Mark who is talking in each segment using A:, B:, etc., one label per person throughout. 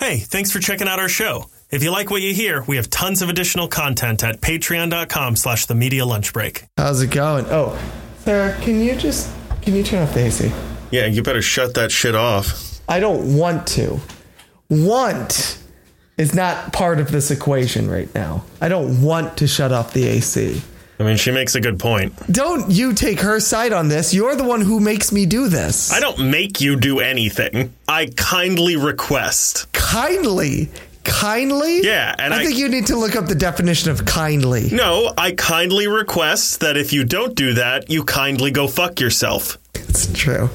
A: Hey, thanks for checking out our show. If you like what you hear, we have tons of additional content at patreon.com slash the media lunch break.
B: How's it going? Oh, Sarah, can you just can you turn off the AC?
C: Yeah, you better shut that shit off.
B: I don't want to. Want is not part of this equation right now. I don't want to shut off the AC.
A: I mean, she makes a good point.
B: Don't you take her side on this. You're the one who makes me do this.
A: I don't make you do anything. I kindly request.
B: kindly. Kindly?
A: Yeah, and
B: I
A: I-
B: think you need to look up the definition of kindly.
A: No, I kindly request that if you don't do that, you kindly go fuck yourself.
B: It's true.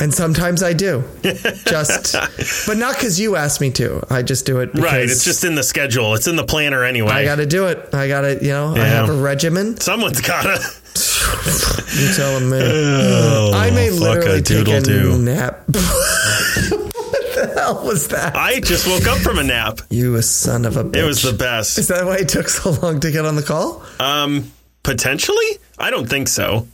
B: And sometimes I do. just but not cuz you asked me to. I just do it because
A: Right. It's just in the schedule. It's in the planner anyway.
B: I got to do it. I got to, you know, I
A: Yeah.
B: have a regimen.
A: Someone's gotta.
B: You telling me? I may
A: Oh, fuck
B: literally
A: a
B: take a
A: doodle-doo.
B: nap. what the hell was that?
A: I just woke up from a nap.
B: You a son of a bitch.
A: It was the best.
B: Is that why it took so long to get on the call?
A: Um, potentially? I don't think so.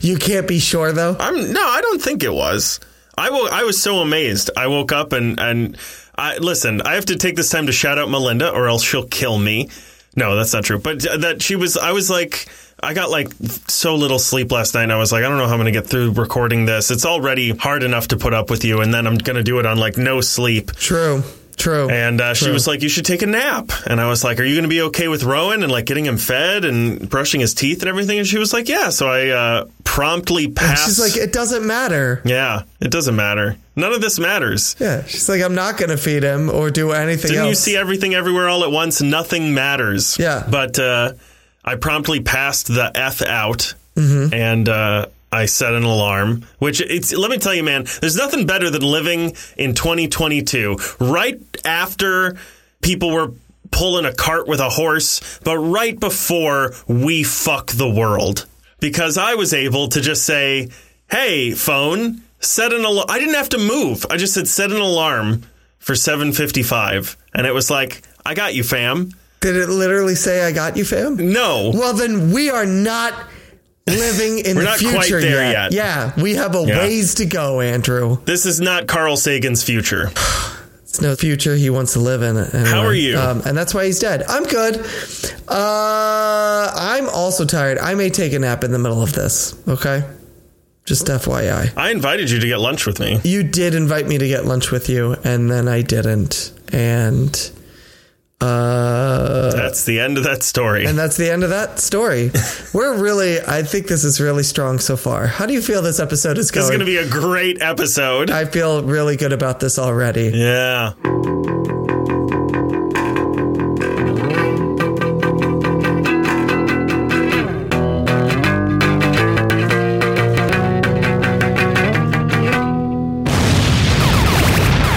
B: You can't be sure though.
A: I'm no, I don't think it was. I wo- I was so amazed. I woke up and and I listen. I have to take this time to shout out Melinda, or else she'll kill me. No, that's not true. But that she was. I was like, I got like so little sleep last night. And I was like, I don't know how I'm going to get through recording this. It's already hard enough to put up with you, and then I'm going to do it on like no sleep.
B: True. True.
A: And uh, she was like, "You should take a nap." And I was like, "Are you going to be okay with Rowan and like getting him fed and brushing his teeth and everything?" And she was like, "Yeah." So I uh, promptly passed.
B: She's like, it doesn't matter.
A: Yeah, it doesn't matter. None of this matters.
B: Yeah. She's like, I'm not gonna feed him or do anything
A: Didn't you
B: else.
A: see everything everywhere all at once? Nothing matters.
B: Yeah.
A: But uh, I promptly passed the F out and uh, I set an alarm, which it's, let me tell you, man, there's nothing better than living in 2022 right after people were pulling a cart with a horse, but right before we fuck the world. Because I was able to just say, hey, phone, set an alarm. I didn't have to move. I just said, set an alarm for 755. And it was like, I got you, fam.
B: Did it literally say I got you, fam?
A: No.
B: Well then we are not living in
A: We're
B: the
A: not
B: future
A: quite there yet.
B: Yeah. We have a
A: Yeah.
B: ways to go, Andrew.
A: This is not Carl Sagan's future.
B: It's no future he wants to live in. Anyway.
A: How are you?
B: Um, and that's why he's dead. I'm good. Uh, I'm also tired. I may take a nap in the middle of this. Okay. Just FYI.
A: I invited you to get lunch with me.
B: You did invite me to get lunch with you, and then I didn't. And uh,
A: That's the end of that story.
B: and that's the end of that story. We're really, I think this is really strong so far. How do you feel this episode is
A: This is going
B: going?
A: to be a great episode.
B: I feel really good about this already.
A: Yeah.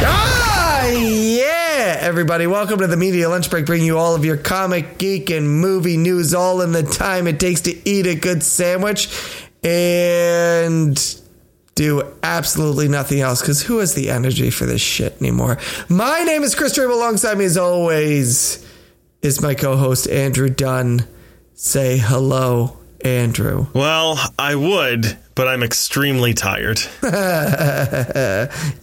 B: Ah, yeah, everybody. Welcome to the Media Lunch Break, bringing you all of your comic, geek, and movie news all in the time it takes to eat a good sandwich and do absolutely nothing else because who has the energy for this shit anymore? My name is Chris Dream. Alongside me, as always, is my co host, Andrew Dunn. Say hello, Andrew.
A: Well, I would, but I'm extremely tired.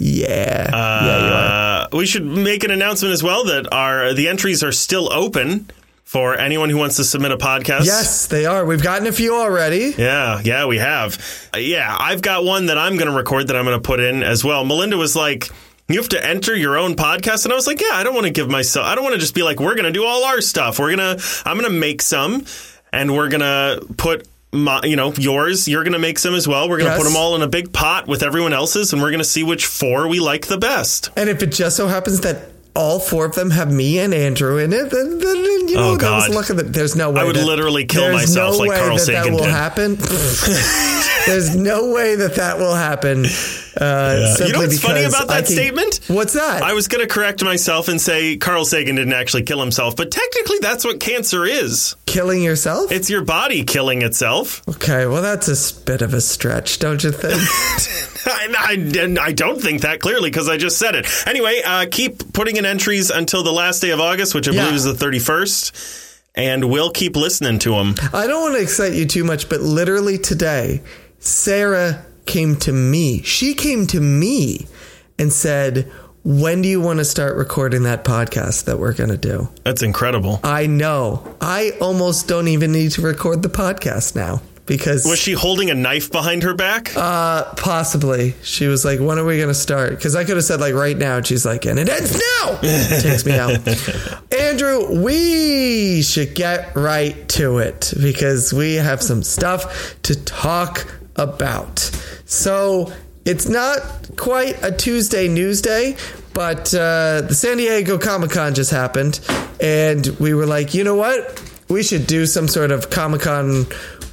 B: Yeah. yeah, you are.
A: Uh, we should make an announcement as well that our the entries are still open for anyone who wants to submit a podcast.
B: Yes, they are. We've gotten a few already.
A: Yeah, yeah, we have. Uh, yeah, I've got one that I'm going to record that I'm going to put in as well. Melinda was like, "You have to enter your own podcast," and I was like, "Yeah, I don't want to give myself. I don't want to just be like, we're going to do all our stuff. We're gonna, I'm going to make some, and we're going to put." My, you know, yours, you're going to make some as well. We're going to
B: Yes.
A: put them all in a big pot with everyone else's, and we're going to see which four we like the best.
B: And if it just so happens that all four of them have me and Andrew in it, then, then, then, you know
A: Oh,
B: that was
A: God.
B: luck of the. There's no way
A: I would
B: that-
A: literally kill
B: there's
A: myself
B: no
A: like
B: way
A: Carl
B: that that
A: Sagan
B: will
A: did.
B: happen. there's no way that that will happen. Uh, simply
A: You know what's funny
B: because
A: about
B: I
A: that
B: can-
A: statement?
B: What's that?
A: I was going to correct myself and say Carl Sagan didn't actually kill himself, but technically that's what cancer is.
B: Killing yourself?
A: It's your body killing itself.
B: okay, well that's a s- bit of a stretch, don't you think?
A: I, I, and I don't think that clearly because I just said it. Anyway, uh, keep putting in entries until the last day of August, which I
B: Yeah.
A: believe is the 31st, and we'll keep listening to them.
B: I don't want to excite you too much, but literally today, Sarah came to me. She came to me and said, When do you want to start recording that podcast that we're going to do?
A: That's incredible.
B: I know. I almost don't even need to record the podcast now because
A: Was she holding a knife behind her back?
B: Uh, possibly she was like, "When are we going to start?" Because I could have said like right now, and she's like, "And it ends now." Takes me out. Andrew, we should get right to it because we have some stuff to talk about. So it's not quite a Tuesday news day, but uh, the San Diego Comic Con just happened, and we were like, you know what? We should do some sort of Comic Con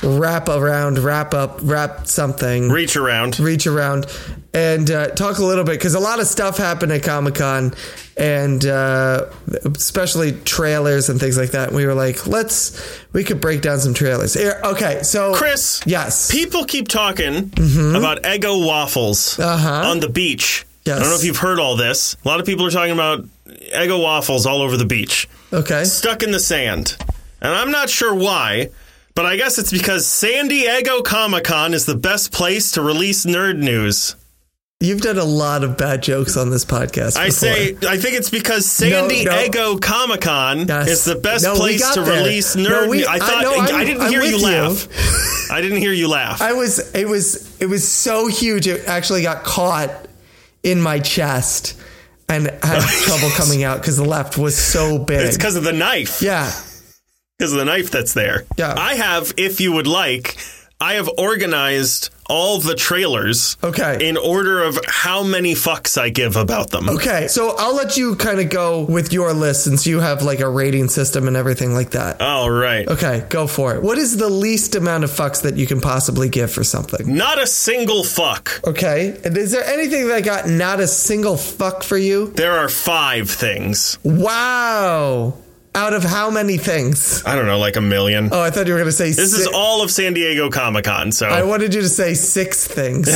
B: wrap around, wrap up, wrap something
A: Reach around.
B: reach around and uh, talk a little bit because a lot of stuff happened at Comic Con and uh, especially trailers and things like that. We were like, let's we could break down some trailers. Here, okay, so
A: Chris.
B: yes,
A: People keep talking
B: Mm-hmm.
A: about Eggo waffles on the beach. I don't know
B: Uh-huh. Yes.
A: if you've heard all this. A lot of people are talking about Eggo waffles all over the beach,
B: okay,
A: stuck in the sand. And I'm not sure why, but I guess it's because San Diego Comic Con is the best place to release nerd news.
B: you've done a lot of bad jokes on this podcast.
A: I
B: before.
A: say, I think it's because San
B: No, no.
A: Diego Comic Con
B: Yes.
A: is the best
B: No, we
A: place
B: got
A: to
B: there.
A: release
B: No,
A: nerd.
B: we-
A: news. I
B: I-
A: thought
B: no,
A: I,
B: I'm-
A: didn't
B: I'm
A: hear you
B: with you.
A: laugh. I didn't hear you laugh.
B: I was it was it was so huge it actually got caught in my chest and had trouble coming out because the left was so big.
A: it's because of the knife.
B: yeah,
A: because of the knife that's there.
B: Yeah.
A: I have, if you would like, I have organized all the trailers.
B: Okay.
A: In order of how many fucks I give about them.
B: Okay, so I'll let you kind of go with your list since you have like a rating system and everything like that.
A: All right.
B: Okay, go for it. What is the least amount of fucks that you can possibly give for something?
A: Not a single fuck.
B: Okay, and is there anything that got not a single fuck for you?
A: There are five things.
B: Wow. Out of how many things?
A: I don't know, like a million.
B: Oh, I thought you were going to say
A: this is all of San Diego Comic Con,
B: I
A: so
B: wanted you to say six things.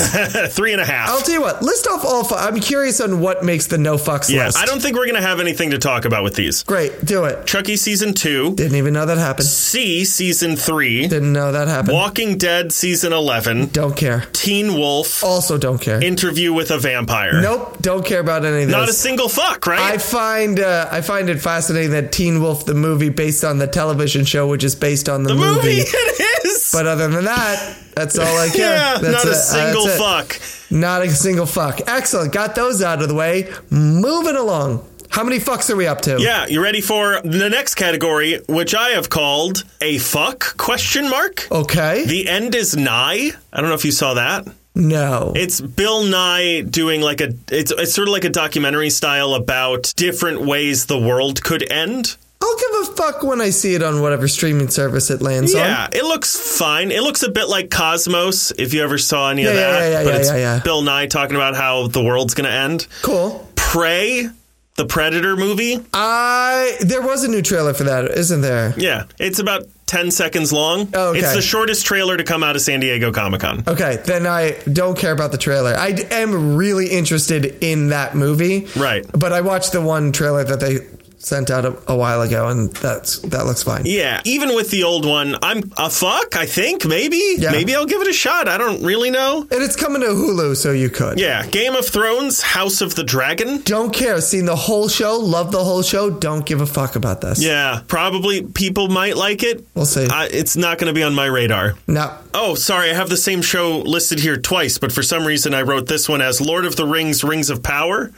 A: three and a half.
B: I'll tell you what, list off all five. I'm curious on what makes the no fucks
A: yeah,
B: list.
A: I don't think we're gonna have anything to talk about with these.
B: Great, do it.
A: Chucky season two,
B: Didn't even know that happened.
A: C season three,
B: Didn't know that happened.
A: Walking Dead season eleven,
B: Don't care.
A: Teen Wolf,
B: Also, don't care.
A: Interview with a Vampire.
B: Nope, don't care about any of
A: Not a
B: this.
A: single fuck,
B: I
A: right?
B: find uh, I find it fascinating that Teen Wolf, the movie based on the television show, which is based on the, movie.
A: it is.
B: But other than that, that's all I care.
A: yeah,
B: That's
A: not a
B: it.
A: single
B: That's it.
A: fuck.
B: Not a single fuck. Excellent. Got those out of the way. Moving along. How many fucks are we up to?
A: Yeah, you ready for the next category, which I have called a fuck question mark?
B: Okay.
A: The end is nigh. I don't know if you saw that.
B: no.
A: It's Bill Nye doing like a it's it's sort of like a documentary style about different ways the world could end.
B: I'll give a fuck when I see it on whatever streaming service it lands on.
A: Yeah, it looks fine. It looks a bit like Cosmos if you ever saw any of
B: Yeah, yeah,
A: that,
B: yeah, yeah,
A: but
B: yeah,
A: it's
B: yeah, yeah.
A: Bill Nye talking about how the world's going to end.
B: Cool.
A: Prey, the Predator movie.
B: I there was a new trailer for that, isn't there?
A: Yeah, it's about 10 seconds long.
B: Oh, Okay.
A: It's the shortest trailer to come out of San Diego Comic Con.
B: Okay, then I don't care about the trailer. I d- am really interested in that movie.
A: Right.
B: But I watched the one trailer that they sent out a, a while ago, and that's that looks fine.
A: Yeah, even with the old one, I'm a fuck, I think, maybe.
B: Yeah.
A: Maybe I'll give it a shot. I don't really know.
B: And it's coming to Hulu, so you could.
A: Yeah, Game of Thrones, House of the Dragon.
B: Don't care. Seen the whole show, love the whole show. Don't give a fuck about this.
A: Yeah, probably people might like it.
B: We'll see.
A: I, it's not going to be on my radar.
B: no.
A: Oh, sorry, I have the same show listed here twice, but for some reason I wrote this one as Lord of the Rings, Rings of Power.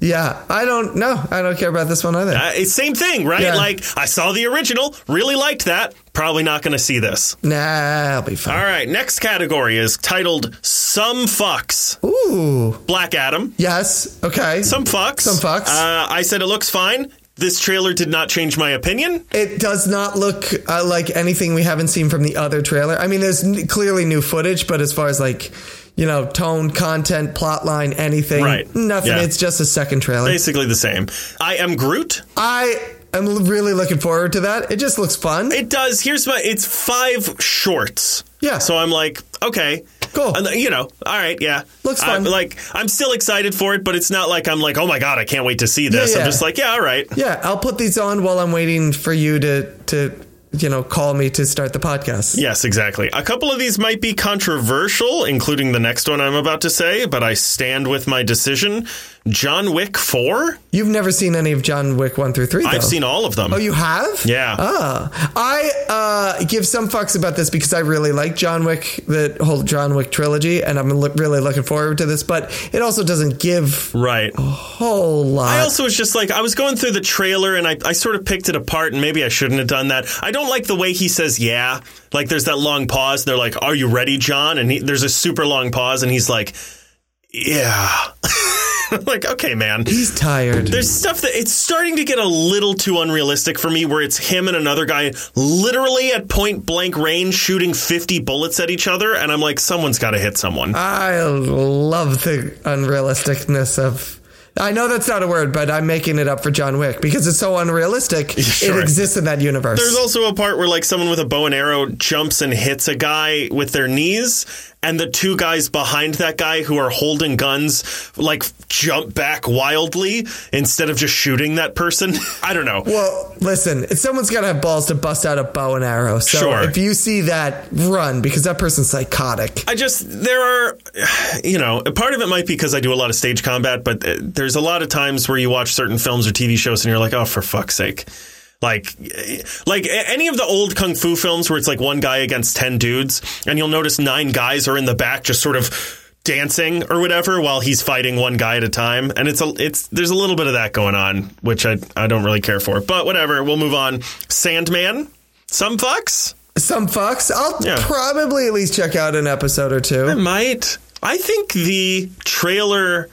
B: Yeah. I don't. No. I don't care about this one either.
A: Uh, it's same thing, right?
B: Yeah.
A: Like I saw the original, really liked that. Probably not going to see this.
B: nah. I'll be fine.
A: All right, next category is titled "Some Fucks."
B: Ooh.
A: Black Adam.
B: Yes. Okay.
A: Some fucks.
B: Some fucks.
A: Uh, I said it looks fine. This trailer did not change my opinion.
B: It does not look uh, like anything we haven't seen from the other trailer. I mean, there's n- clearly new footage, but as far as like, you know, tone, content, plot line, anything,
A: Right.
B: nothing.
A: Yeah.
B: It's just a second trailer.
A: Basically the same. I am Groot.
B: I am l- really looking forward to that. It just looks fun.
A: It does. Here's my. It's five shorts.
B: Yeah.
A: So I'm like, okay,
B: Cool.
A: And, you know, all right, yeah.
B: Looks
A: I'm,
B: fun.
A: like I'm still excited for it, but it's not like I'm like, oh my god, I can't wait to see this.
B: yeah.
A: I'm just like, yeah, all right.
B: yeah, I'll put these on while I'm waiting for you to to you know, call me to start the podcast.
A: Yes, exactly. A couple of these might be controversial, including the next one I'm about to say, but I stand with my decision. John Wick 4?
B: You've never seen any of John Wick 1 through 3, though.
A: I've seen all of them.
B: Oh, you have?
A: Yeah.
B: Ah. I uh, give some fucks about this because I really like John Wick, the whole John Wick trilogy, and I'm lo- really looking forward to this, but it also doesn't give
A: Right.
B: a whole lot.
A: I also was just like, I was going through the trailer and I, I sort of picked it apart, and maybe I shouldn't have done that. I don't like the way he says, yeah. Like, there's that long pause. They're like, Are you ready, John? And he, there's a super long pause, and he's like, Yeah. I'm like, okay, man.
B: He's tired.
A: There's stuff that it's starting to get a little too unrealistic for me where it's him and another guy literally at point blank range shooting 50 bullets at each other. And I'm like, someone's got to hit someone.
B: I love the unrealisticness of. I know that's not a word, but I'm making it up for John Wick because it's so unrealistic.
A: Sure.
B: It exists in that universe.
A: There's also a part where like someone with a bow and arrow jumps and hits a guy with their knees, and the two guys behind that guy who are holding guns like jump back wildly instead of just shooting that person. I don't know.
B: well, listen, it's- someone's got to have balls to bust out a bow and arrow. So
A: Sure.
B: if you see that, run because that person's psychotic.
A: I just there are, you know, part of it might be because I do a lot of stage combat, but uh, there's a lot of times where you watch certain films or TV shows and you're like, oh, for fuck's sake. Like, eh, like a- any of the old kung fu films where it's like one guy against ten dudes, and you'll notice nine guys are in the back, just sort of dancing or whatever, while he's fighting one guy at a time. And it's a, it's there's a little bit of that going on, which I I don't really care for. But whatever, we'll move on. Sandman, some fucks.
B: Some fucks. I'll
A: Yeah.
B: probably at least check out an episode or two.
A: I might. I think the trailer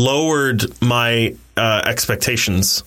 A: lowered my uh, expectations.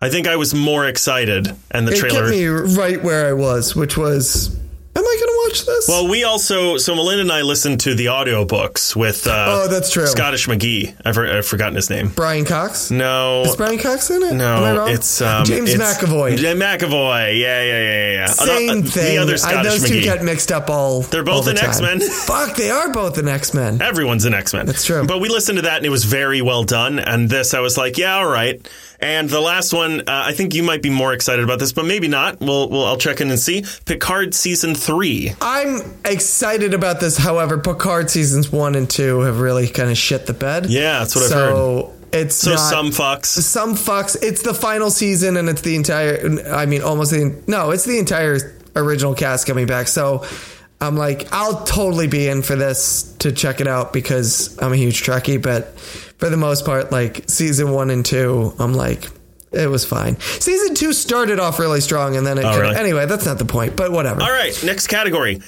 A: I think I was more excited, and the
B: It
A: trailer.
B: kept me right where I was, which was, am I going to watch this?
A: well, we also so Melinda and I listened to the audiobooks with. Uh,
B: Oh, that's true.
A: Scottish McGee. I've, I've forgotten his name.
B: Brian Cox?
A: No,
B: Is Brian Cox in it? Am I
A: no,
B: wrong?
A: it's um,
B: James
A: it's-
B: McAvoy.
A: Yeah, McAvoy. Yeah, yeah, yeah, yeah. Uh,
B: Same
A: uh,
B: thing.
A: The other
B: I-
A: Scottish
B: those
A: McGee.
B: two get mixed up all. They're
A: both in X-Men.
B: Fuck, they are both in X Men.
A: Everyone's an X Men. That's
B: true.
A: But we listened to that and it was very well done. And this, I was like, yeah, all right. And the last one, uh, I think you might be more excited about this, but maybe not. We'll, we'll I'll check in and see. Picard season three.
B: I'm excited about this. However, Picard seasons one and two have really kind of shit the bed.
A: Yeah, that's what I've
B: so it's
A: So
B: not,
A: some fucks.
B: some fucks. It's the final season, and it's the entire. I mean, almost the no. It's the entire original cast coming back. So I'm like, I'll totally be in for this to check it out because I'm a huge Trekkie. But for the most part, like season one and two, I'm like, it was fine. Season two started off really strong, and then it. kinda-
A: Oh, really?
B: Anyway, that's not the point. But whatever.
A: All right, next category.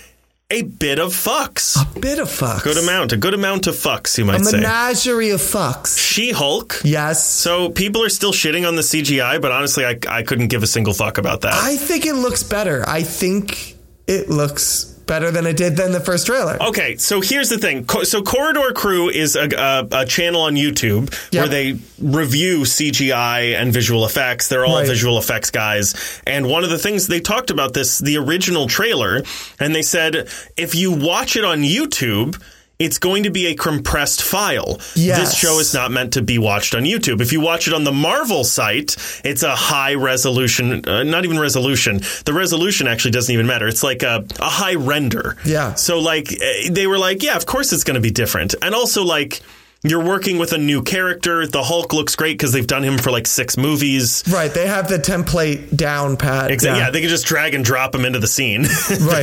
A: A bit of fucks.
B: Bit of fucks.
A: Good amount. A good amount of fucks, you might
B: A
A: say.
B: menagerie of fucks.
A: She Hulk.
B: Yes.
A: So people are still shitting on the CGI, but honestly, I, I couldn't give a single fuck about that.
B: I think it looks better. I think it looks better than it did than the first trailer.
A: Okay, so here's the thing. Co- So Corridor Crew is a, a, a channel on YouTube where
B: Yep.
A: they review CGI and visual effects. They're all
B: Right.
A: visual effects guys. And one of the things they talked about this, the original trailer, and they said if you watch it on YouTube, it's going to be a compressed file. This
B: Yes.
A: show is not meant to be watched on YouTube. If you watch it on the Marvel site, it's a high resolution, uh, not even resolution. The resolution actually doesn't even matter. It's like a, a high render.
B: Yeah.
A: So like eh, they were like, yeah, of course it's going to be different. And also like you're working with a new character. The Hulk looks great because they've done him for like six movies.
B: Right, they have the template down pat.
A: Exactly. Yeah. they can just drag and drop him into the scene,
B: Right,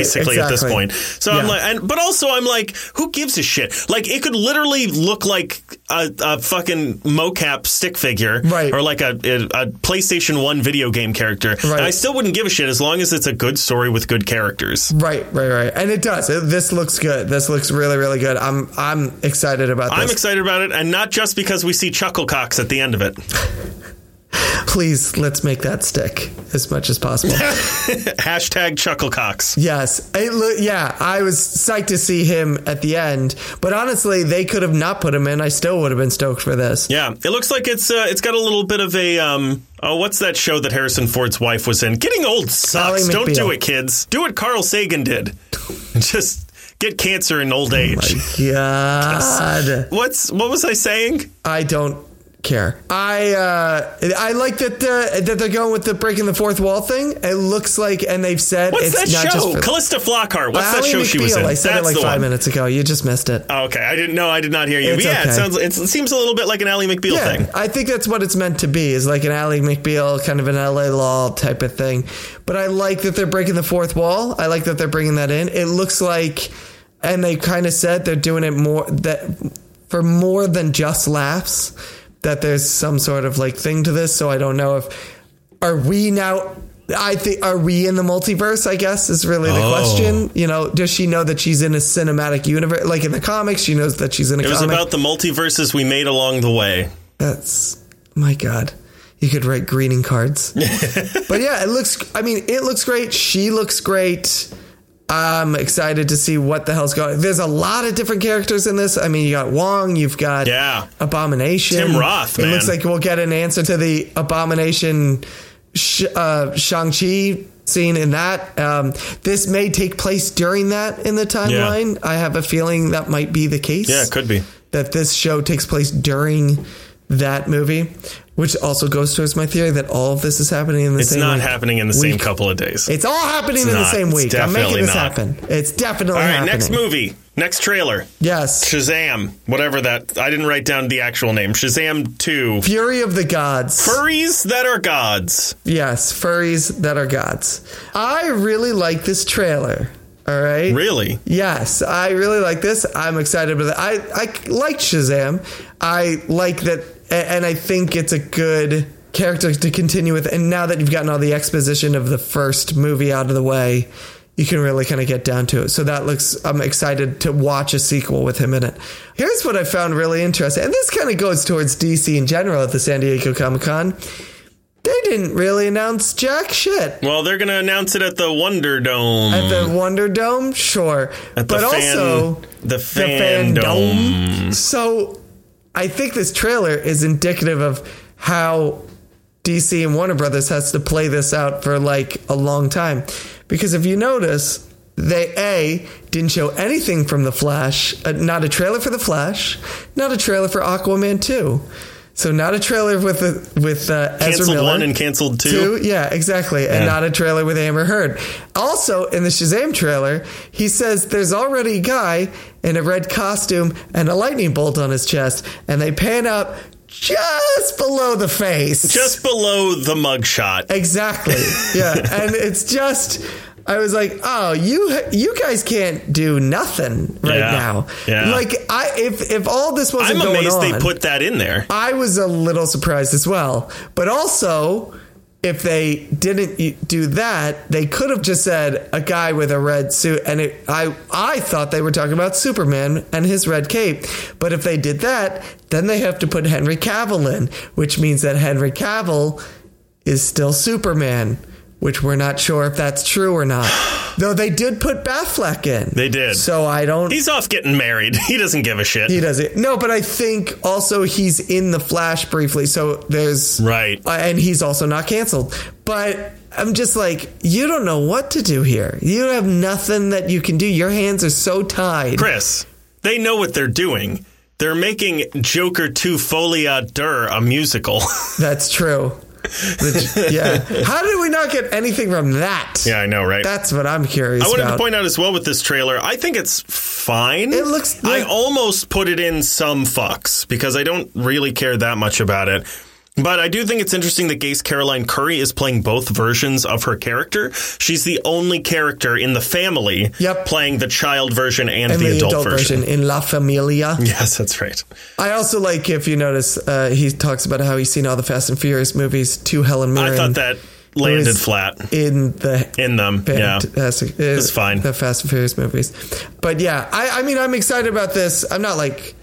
A: basically at this
B: exactly.
A: point. So I'm
B: Yeah.
A: like, and but also I'm like, who gives a shit? Like, it could literally look like a, a fucking mocap stick figure,
B: Right.
A: Or like a, a, a PlayStation One video game character. And
B: Right.
A: I still wouldn't give a shit as long as it's a good story with good characters.
B: Right, right, right. And it does. It, this looks good. This looks really, really good. I'm I'm excited about
A: I'm
B: this.
A: excited about it, and not just because we see Chucklecocks at the end of it.
B: Please let's make that stick as much as possible.
A: Hashtag Chucklecocks.
B: yes. It lo- yeah, I was psyched to see him at the end, but honestly, they could have not put him in. I still would have been stoked for this.
A: Yeah, it looks like it's uh, it's got a little bit of a um. Oh, what's that show that Harrison Ford's wife was in? Getting old sucks.
B: Ally
A: Don't
B: McBeal.
A: do it, kids. Do what Carl Sagan did. Just get cancer in old age.
B: God.
A: What's what was I saying?
B: I don't care. I uh, I like that the, that they're going with the breaking the fourth wall thing. It looks like, and they've said
A: What's that
B: it's not
A: show?
B: just for
A: Callista Flockhart. What's that
B: Ally
A: show she was
B: McBeal.
A: in?
B: I said
A: That's
B: it like
A: the
B: five
A: one.
B: minutes ago. You just missed it.
A: Oh, okay, I didn't know. I did not hear you.
B: It's
A: But yeah,
B: okay.
A: it sounds. It seems a little bit like an Ally McBeal
B: yeah,
A: thing.
B: I think that's what it's meant to be is like an Ally McBeal kind of an LA Law type of thing. But I like that they're breaking the fourth wall. I like that they're bringing that in. It looks like, and they kind of said they're doing it more that for more than just laughs. That there's some sort of like thing to this. So I don't know if are we now. I think are we in the multiverse? I guess is really the
A: Oh.
B: question. You know, does she know that she's in a cinematic universe? Like in the comics, she knows that she's in a
A: It was
B: comic.
A: about the multiverses we made along the way.
B: That's my God. You could write greeting cards. but yeah, it looks. I mean, it looks great. She looks great. I'm excited to see what the hell's going. There's a lot of different characters in this. I mean, you got Wong. You've got
A: Yeah.
B: Abomination.
A: Tim Roth,
B: It
A: man.
B: looks like we'll get an answer to the Abomination sh- uh, Shang Chi scene in that. Um, this may take place during that in the timeline. I have a feeling that might be the case
A: Yeah, it could be.
B: that this show takes place during that movie, which also goes towards my theory that all of this is happening in the
A: It's
B: same.
A: not
B: like,
A: happening in the same
B: week.
A: couple of days.
B: It's all happening in the
A: not.
B: same
A: It's
B: week. I'm
A: definitely
B: making this
A: not.
B: happen. It's definitely
A: All right,
B: happening.
A: next movie, next trailer,
B: Yes,
A: Shazam, whatever that. I didn't write down the actual name. Shazam Two.
B: Fury of the Gods.
A: Furries that are gods.
B: yes, furries that are gods. I really like this trailer. All right.
A: Really?
B: Yes, I really like this. I'm excited about it. I, I like Shazam. I like that, a- and I think it's a good character to continue with. And now that you've gotten all the exposition of the first movie out of the way, you can really kind of get down to it. So that looks, I'm excited to watch a sequel with him in it. Here's what I found really interesting, and this kind of goes towards DC in general at the San Diego Comic Con. They didn't really announce jack shit.
A: Well, they're gonna announce it at the Wonder Dome.
B: At the Wonder Dome, sure.
A: Mm. At the
B: but
A: fan-
B: also
A: the
B: the
A: fan dome.
B: So I think this trailer is indicative of how DC and Warner Brothers has to play this out for like a long time. Because if you notice, they A didn't show anything from The Flash, uh, not a trailer for The Flash, not a trailer for Aquaman 2. So not a trailer with the, with uh, Ezra
A: Canceled
B: Miller.
A: one and canceled
B: Two,
A: two.
B: yeah, exactly.
A: Yeah.
B: And not a trailer with Amber Heard. Also, in the Shazam trailer, he says there's already a guy in a red costume and a lightning bolt on his chest, and they pan up just below the face.
A: Just below the mugshot.
B: Exactly. Yeah, and it's just I was like, "Oh, you you guys can't do nothing right
A: Yeah.
B: now."
A: Yeah.
B: Like I if if all this wasn't
A: I'm
B: going
A: amazed
B: on,
A: they put that in there.
B: I was a little surprised as well. But also, if they didn't y- do that, they could have just said a guy with a red suit. And it, I, I thought they were talking about Superman and his red cape. But if they did that, then they have to put Henry Cavill in, which means that Henry Cavill is still Superman. Which we're not sure if that's true or not. Though they did put Batfleck in.
A: They did.
B: So I don't.
A: He's off getting married. He doesn't give a shit.
B: He does it. No, but I think also he's in the Flash briefly, so there's
A: Right.
B: uh, and he's also not canceled. But I'm just like, you don't know what to do here. You have nothing that you can do. Your hands are so tied.
A: Chris, they know what they're doing. They're making Joker 2 Folia Dur a musical.
B: That's true. The- yeah. How did we not get anything from that?
A: yeah, I know, right?
B: That's what I'm curious
A: I wanted
B: about.
A: to point out as well with this trailer, I think it's fine.
B: It looks
A: I
B: like-
A: almost put it in some fucks because I don't really care that much about it. But I do think it's interesting that Gase Caroline Curry is playing both versions of her character. She's the only character in the family
B: Yep.
A: playing the child version and,
B: and
A: the, adult, version.
B: in La Familia.
A: Yes, that's right.
B: I also like if you notice, uh, he talks about how he's seen all the Fast and Furious movies to Helen Mirren.
A: I thought that landed
B: was-
A: flat
B: in the
A: in them. Yeah.
B: fantastic. It's
A: fine.
B: uh, The Fast and Furious movies, but yeah, I, I mean, I'm excited about this. I'm not like,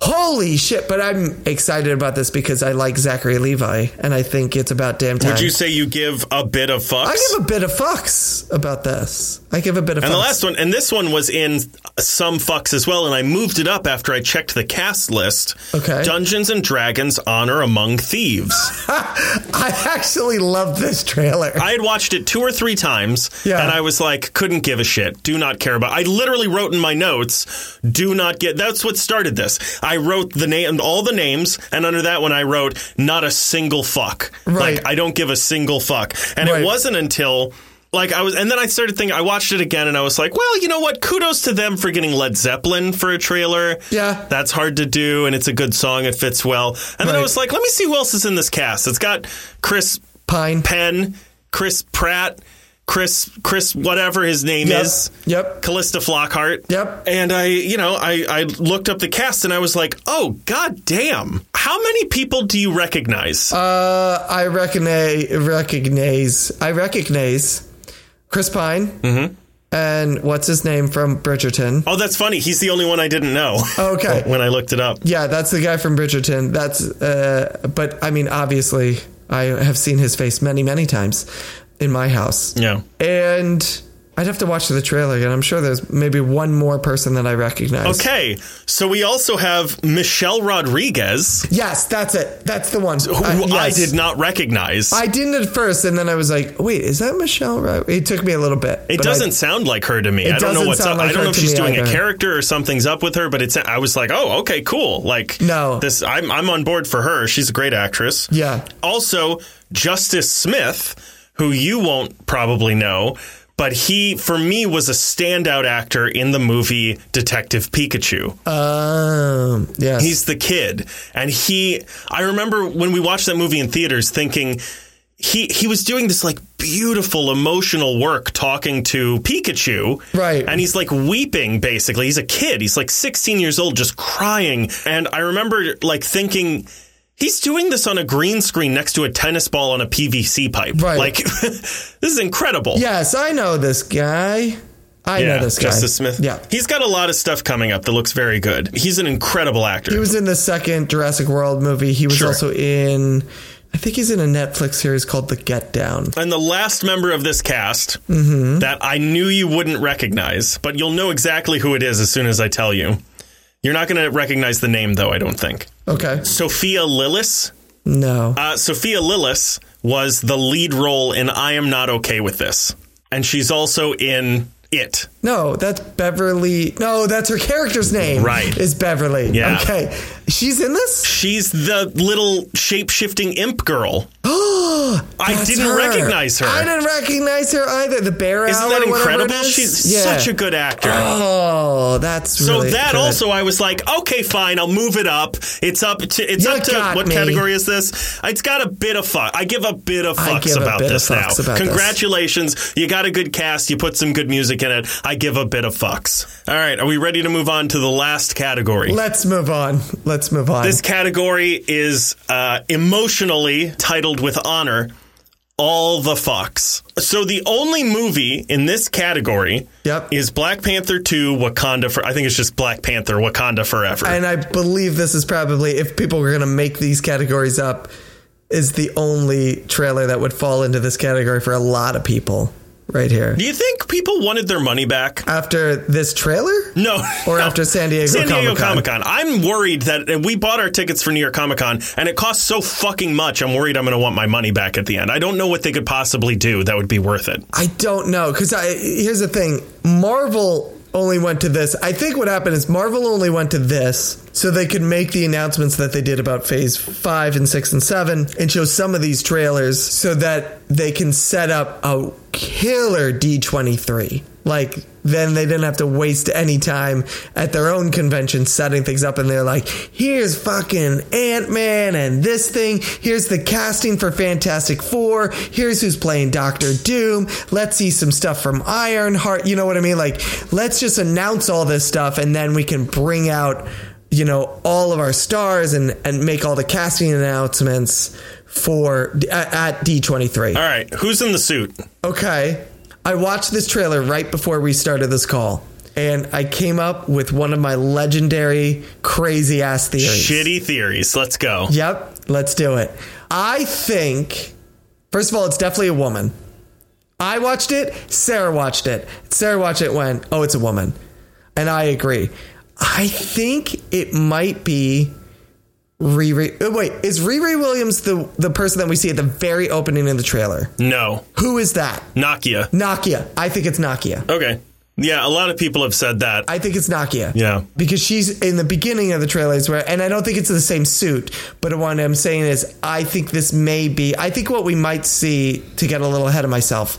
B: holy shit, but I'm excited about this because I like Zachary Levi, and I think it's about damn time.
A: Would you say you give a bit of fucks?
B: I give a bit of fucks about this. I give a bit of
A: and
B: fucks.
A: the last one, and this one was in some fucks as well, and I moved it up after I checked the cast list.
B: Okay.
A: Dungeons and Dragons Honor Among Thieves.
B: I actually love this trailer.
A: I had watched it two or three times,
B: Yeah.
A: and I was like, couldn't give a shit. Do not care about I literally wrote in my notes, do not get. That's what started this. I I wrote the name, all the names, and under that one I wrote not a single fuck.
B: Right.
A: Like I don't give a single fuck. And
B: Right.
A: it wasn't until. Like I was, and then I started thinking. I watched it again, and I was like, "Well, you know what? Kudos to them for getting Led Zeppelin for a trailer.
B: Yeah.
A: that's hard to do, and it's a good song. It fits well." And then
B: Right.
A: I was like, "Let me see who else is in this cast. It's got Chris
B: Pine.
A: Penn, Chris Pratt, Chris Chris whatever his name
B: Yep.
A: is,
B: Yep.
A: Callista Flockhart.
B: Yep.
A: And I, you know, I I looked up the cast and I was like, oh god damn, how many people do you recognize?
B: Uh, I recognize, recognize, I recognize Chris Pine
A: Mm-hmm.
B: and what's his name from Bridgerton.
A: oh, that's funny. He's the only one I didn't know.
B: Okay.
A: when I looked it up.
B: Yeah, that's the guy from Bridgerton. That's, uh, but I mean, obviously, I have seen his face many, many times in my house.
A: Yeah.
B: And I'd have to watch the trailer again. I'm sure there's maybe one more person that I recognize.
A: Okay, so we also have Michelle Rodriguez,
B: Yes, that's it. That's the one.
A: who I
B: Uh, yes.
A: did not recognize.
B: I didn't at first, and then I was like, "Wait, is that Michelle?" Right? It took me a little bit.
A: It doesn't sound like her to me. I don't know
B: doesn't
A: what's
B: sound
A: up.
B: like
A: I don't
B: her
A: know if
B: to
A: she's
B: me
A: doing a
B: either.
A: character or something's up with her, but it's I was like, "Oh, okay, cool." Like
B: No.
A: this I'm I'm on board for her. She's a great actress.
B: Yeah.
A: Also, Justice Smith, who you won't probably know, but he for me was a standout actor in the movie Detective Pikachu.
B: Um. Yes.
A: He's the kid, and he. I remember when we watched that movie in theaters, thinking he he was doing this like beautiful emotional work talking to Pikachu,
B: Right.
A: And he's like weeping basically. He's a kid. He's like 16 years old, just crying. And I remember like thinking. He's doing this on a green screen next to a tennis ball on a PVC pipe.
B: Right.
A: Like, this is incredible.
B: yes, I know this guy. I
A: Yeah,
B: know this guy.
A: Justice Smith.
B: Yeah.
A: He's got a lot of stuff coming up that looks very good. He's an incredible actor.
B: He was in the second Jurassic World movie. He was
A: Sure.
B: also in. I think he's in a Netflix series called The Get Down.
A: And the last member of this cast
B: Mm-hmm.
A: that I knew you wouldn't recognize, but you'll know exactly who it is as soon as I tell you. You're not going to recognize the name, though, I don't think.
B: Okay.
A: Sophia Lillis.
B: No.
A: Uh, Sophia Lillis was the lead role in I Am Not Okay with This. And she's also in It.
B: No, that's Beverly. No, that's her character's name.
A: Right.
B: Is Beverly.
A: Yeah.
B: Okay. She's in this?
A: She's the little shape shifting imp girl. I
B: That's
A: didn't recognize her.
B: I didn't recognize her either. The bear
A: Isn't
B: Owl
A: that
B: or whatever
A: incredible?
B: it is.
A: She's such a good actor.
B: Oh, that's
A: So
B: really
A: that
B: good.
A: also, I was like, okay, fine, I'll move it up. It's up to it's
B: You
A: up to
B: got
A: what
B: me.
A: category is this? It's got a bit of fuck. I give a bit of
B: I
A: fucks
B: give a
A: about
B: bit of
A: this now.
B: fucks about this.
A: Congratulations, you got a good cast. You put some good music in it. I give a bit of fucks. All right, are we ready to move on to the last category?
B: Let's move on. Let's move on.
A: this category is uh, emotionally titled with honor. All the fucks. So the only movie in this category
B: Yep.
A: is Black Panther 2 Wakanda for I think it's just Black Panther Wakanda Forever.
B: and I believe this is probably if people were going to make these categories up, is the only trailer that would fall into this category for a lot of people. Right here.
A: Do you think people wanted their money back?
B: After this trailer,
A: No.
B: or
A: No.
B: after San Diego
A: San Diego
B: Comic Con.
A: Comic Con. I'm worried that and we bought our tickets for New York Comic Con and it costs so fucking much. I'm worried I'm going to want my money back at the end. I don't know what they could possibly do that would be worth it.
B: I don't know because I here's the thing: Marvel only went to this. I think what happened is Marvel only went to this so they could make the announcements that they did about Phase Five and Six and Seven, and show some of these trailers so that they can set up a killer D twenty three. Like then they didn't have to waste any time at their own convention setting things up and they're like here's fucking ant-man and this thing here's the casting for fantastic four here's who's playing doctor doom let's see some stuff from ironheart you know what i mean like let's just announce all this stuff and then we can bring out you know all of our stars and and make all the casting announcements for at, at d23
A: All right, who's in the suit?
B: Okay. I watched this trailer right before we started this call, and I came up with one of my legendary crazy ass theories.
A: Shitty theories. Let's go.
B: Yep, let's do it. I think, first of all, it's definitely a woman. I watched it, Sarah watched it. Sarah watched it went, oh, it's a woman. And I agree. I think it might be Riri. oh, Wait, is Riri Williams the, the person that we see at the very opening of the trailer?
A: No.
B: Who is that?
A: Nokia.
B: Nokia. I think it's Nokia.
A: Okay. Yeah, a lot of people have said that.
B: I think it's Nakia.
A: Yeah.
B: Because she's in the beginning of the trailer is where, and I don't think it's the same suit, but what I'm saying is, I think this may be, I think what we might see, to get a little ahead of myself,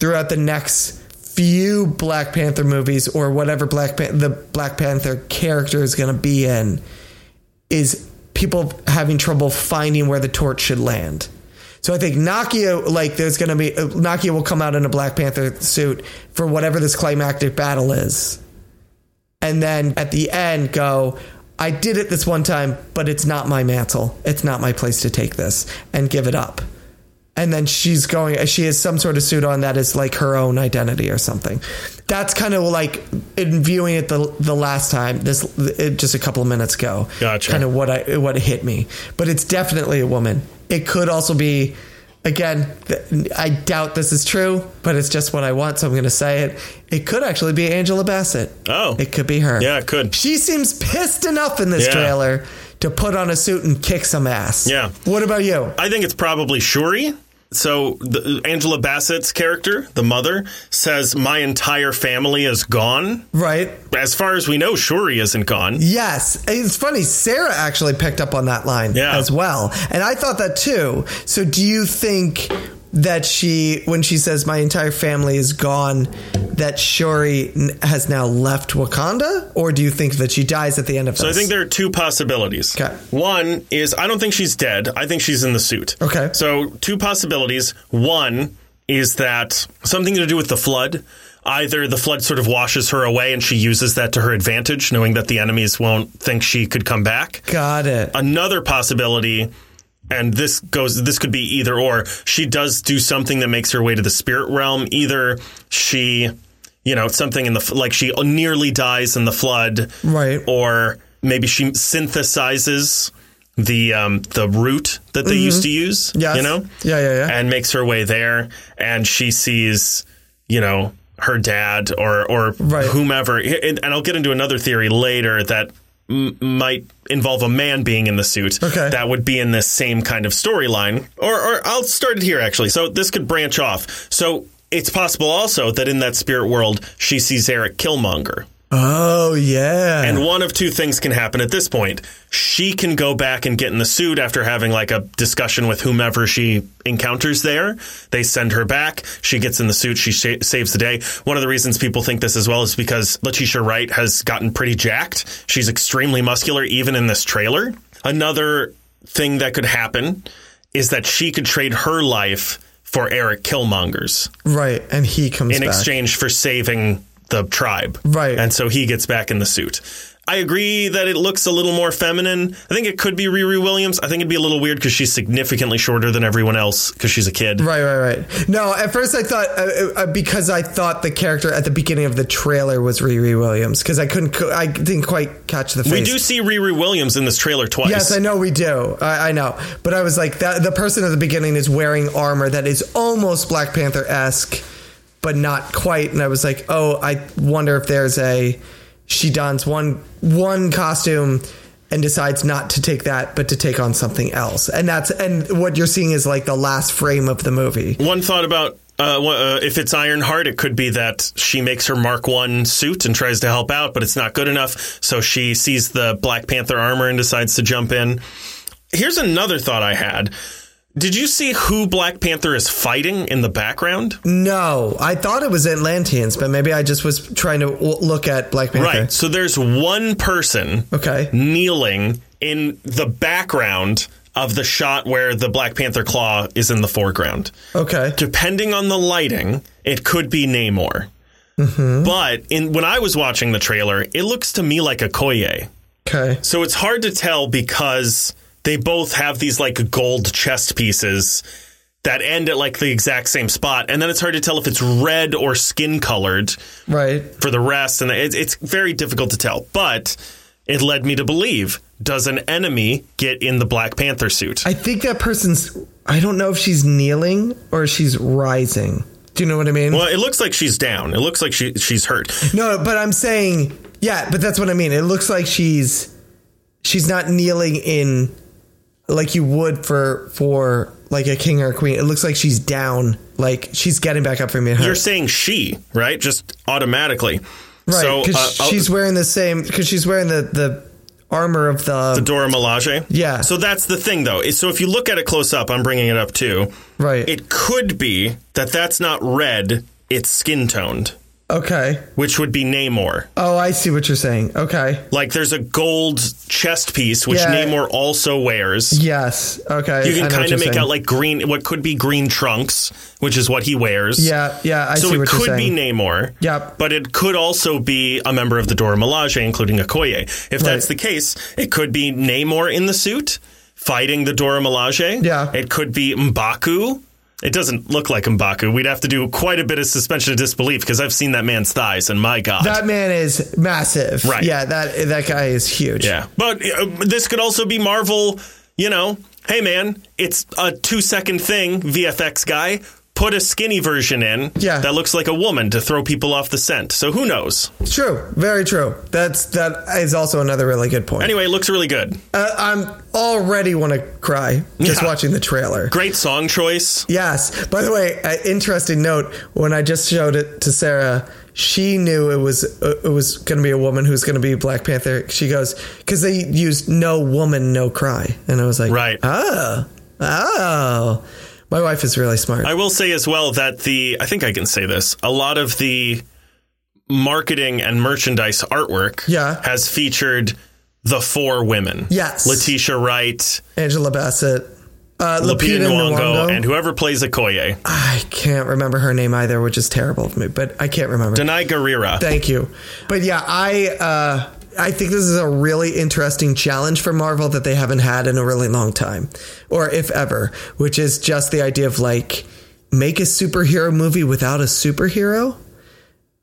B: throughout the next few Black Panther movies or whatever Black Pan- the Black Panther character is going to be in, is people having trouble finding where the torch should land. So I think Nakia, like, there's going to be, uh, Nakia will come out in a Black Panther suit for whatever this climactic battle is. And then at the end, go, I did it this one time, but it's not my mantle. It's not my place to take this and give it up. And then she's going, she has some sort of suit on that is like her own identity or something. That's kind of like in viewing it the, the last time, this it, just a couple of minutes ago.
A: Gotcha.
B: Kind of what I what hit me, but it's definitely a woman. It could also be, again, th- I doubt this is true, but it's just what I want, so I'm going to say it. It could actually be Angela Bassett.
A: Oh.
B: it could be her.
A: Yeah, it could.
B: She seems pissed enough in this
A: Yeah.
B: trailer to put on a suit and kick some ass.
A: Yeah.
B: What about you?
A: I think it's probably Shuri. So the, Angela Bassett's character, the mother, says, "My entire family is gone."
B: Right.
A: As far as we know, Shuri isn't gone.
B: Yes. It's funny. Sarah actually picked up on that line
A: Yeah.
B: as well. And I thought that too. So do you think that she, when she says, my entire family is gone, that Shuri n- has now left Wakanda? Or do you think that she dies at the end of
A: So I
B: this?
A: think there are two possibilities.
B: Okay.
A: One is I don't think she's dead. I think she's in the suit.
B: Okay.
A: So two possibilities. One is that something to do with the flood. Either the flood sort of washes her away and she uses that to her advantage, knowing that the enemies won't think she could come back.
B: Got it.
A: another possibility and this goes this could be either or she does do something that makes her way to the spirit realm either she you know something in the f- like she nearly dies in the flood
B: Right.
A: or maybe she synthesizes the um the root that they used to use
B: Mm-hmm. Yes.
A: you know
B: Yeah, yeah, yeah.
A: and makes her way there and she sees you know her dad or or
B: Right.
A: whomever and, and I'll get into another theory later that m- might involve a man being in the suit
B: Okay.
A: that would be in this same kind of storyline or or I'll start it here actually so this could branch off so it's possible also that in that spirit world she sees Eric Killmonger
B: oh, yeah.
A: and one of two things can happen at this point. She can go back and get in the suit after having like a discussion with whomever she encounters there. They send her back. She gets in the suit. She sa- saves the day. One of the reasons people think this as well is because Letitia Wright has gotten pretty jacked. She's extremely muscular, even in this trailer. Another thing that could happen is that she could trade her life for Eric Killmonger's
B: right. And he comes
A: in
B: back.
A: exchange for saving the tribe.
B: Right.
A: And so he gets back in the suit. I agree that it looks a little more feminine. I think it could be Riri Williams. I think it'd be a little weird because she's significantly shorter than everyone else because she's a kid.
B: Right, right, right. No, at first I thought uh, uh, because I thought the character at the beginning of the trailer was Riri Williams because I couldn't, co- I didn't quite catch the face.
A: We do see Riri Williams in this trailer twice.
B: Yes, I know we do. I, I know, but I was like that. The person at the beginning is wearing armor that is almost Black Panther esque, but not quite. And I was like, oh, I wonder if there's a she dons one one costume and decides not to take that, but to take on something else. And that's and what you're seeing is like the last frame of the movie.
A: One thought about uh, wha- uh, if it's Ironheart, it could be that she makes her Mark One suit and tries to help out, but it's not good enough. So she sees the Black Panther armor and decides to jump in. Here's another thought I had. Did you see who Black Panther is fighting in the background?
B: Mm. No, I thought it was Atlanteans, but maybe I just was trying to w- look at Black Panther.
A: Right. So there's one person
B: Okay.
A: kneeling in the background of the shot where the Black Panther claw is in the foreground.
B: Okay.
A: Depending on the lighting, it could be Namor. Mm-hmm. But in when I was watching the trailer, it looks to me like a Koye.
B: Okay.
A: So it's hard to tell because they both have these like gold chest pieces that end at like the exact same spot, and then it's hard to tell if it's red or skin colored
B: Right.
A: for the rest, and it, it's very difficult to tell. But it led me to believe: Does an enemy get in the Black Panther suit?
B: I think that person's. I don't know if she's kneeling or she's rising. Do you know what I mean?
A: well, it looks like she's down. It looks like she she's hurt.
B: No, but I'm saying, yeah, but that's what I mean. It looks like she's she's not kneeling in like you would for for like a king or a queen. It looks like she's down Like she's getting back up from me.
A: You're saying she, right? Just automatically.
B: Right,
A: So
B: because
A: uh, I'll-
B: she's wearing the same. Because she's wearing the the armor of the,
A: Dora Milaje.
B: Yeah.
A: So that's the thing, though. is- So if you look at it close up, I'm bringing it up too.
B: right.
A: It could be that that's not red; it's skin toned,
B: okay.
A: which would be Namor.
B: Oh, I see what you're saying. Okay.
A: Like there's a gold chest piece which
B: Yeah.
A: Namor also wears.
B: Yes. Okay.
A: You
B: I
A: can
B: know what
A: kind
B: you're
A: of make
B: saying.
A: out like green, what could be green trunks, which is what he wears.
B: Yeah. Yeah. I
A: So
B: see
A: it
B: what you're
A: could be
B: saying.
A: Namor.
B: Yep.
A: But it could also be a member of the Dora Milaje, including Okoye. If that's the case, it could be Namor in the suit fighting the Dora Milaje.
B: Yeah.
A: It could be Mbaku. It doesn't look like Mbaku. We'd have to do quite a bit of suspension of disbelief because I've seen that man's thighs, and my God.
B: that man is massive.
A: Right.
B: Yeah. That that guy is huge.
A: yeah. But uh, this could also be Marvel, you know, hey, man, it's a two second thing, VFX guy. Put a skinny version in
B: Yeah.
A: that looks like a woman to throw people off the scent. So who knows?
B: True. Very true. That's that is also another really good point.
A: Anyway, it looks really good.
B: Uh, I'm already want to cry just
A: Yeah.
B: watching the trailer.
A: Great song choice.
B: Yes. By the way, uh, interesting note. When I just showed it to Sarah, she knew it was uh, it was going to be a woman who's going to be Black Panther. She goes because they used "no woman, no cry," and I was like,
A: Right.
B: oh, oh." My wife is really smart.
A: I will say as well that the I think I can say this. A lot of the marketing and merchandise artwork
B: Yeah.
A: has featured the four women.
B: Yes.
A: Letitia Wright,
B: Angela Bassett, uh,
A: Lupita,
B: Lupita,
A: Nyong'o,
B: Nyong'o,
A: and whoever plays Okoye.
B: I can't remember her name either, which is terrible of me. But I can't remember.
A: Denai Guerrera.
B: Thank you. But yeah, I uh, I think this is a really interesting challenge for Marvel that they haven't had in a really long time, or if ever, which is just the idea of like make a superhero movie without a superhero,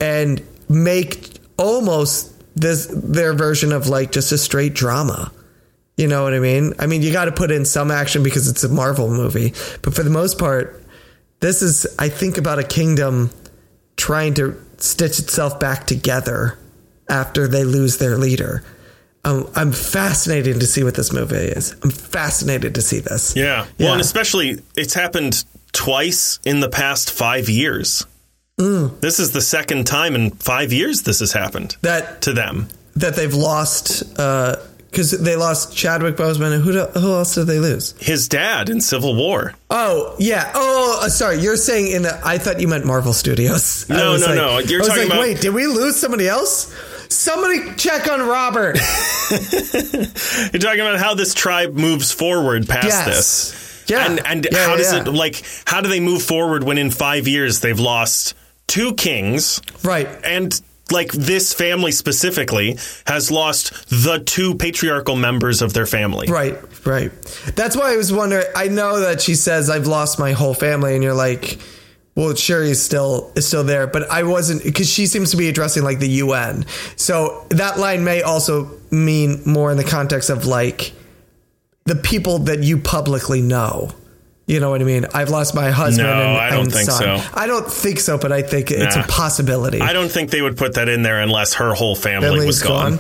B: and make almost this their version of like just a straight drama. You know what I mean? I mean, you got to put in some action because it's a Marvel movie, but for the most part, this is I think about a kingdom trying to stitch itself back together after they lose their leader. Um, I'm fascinated to see what this movie is. I'm fascinated to see this.
A: yeah.
B: Yeah.
A: Well, and especially it's happened twice in the past five years. This is the second time in five years this has happened
B: That
A: to them.
B: that they've lost because they lost Chadwick Boseman. and Who do, who else did they lose?
A: His dad in Civil War.
B: Oh yeah. Oh, uh, sorry. You're saying in the. I thought you meant Marvel Studios. I
A: No,
B: was
A: no,
B: like-
A: no. You're
B: I was
A: talking
B: like,
A: about-
B: wait, did we lose somebody else? Somebody check on Robert.
A: You're talking about how this tribe moves forward past
B: Yes.
A: this.
B: Yeah.
A: And and
B: Yeah,
A: how
B: yeah,
A: does
B: yeah.
A: it like how do they move forward when in 5 years they've lost two kings
B: right.
A: and like this family specifically has lost the two patriarchal members of their family.
B: Right, right. That's why I was wondering. I know that she says I've lost my whole family, and you're like, well, Sherry's still is still there, but I wasn't because she seems to be addressing like the UN. So that line may also mean more in the context of like the people that you publicly know. You know what I mean? I've lost my
A: No,
B: husband. and,
A: I don't
B: and
A: think
B: son.
A: so.
B: I don't think so, but I think it's a
A: Nah.
B: possibility.
A: I don't think they would put that in there unless her whole family was
B: Emily's
A: gone.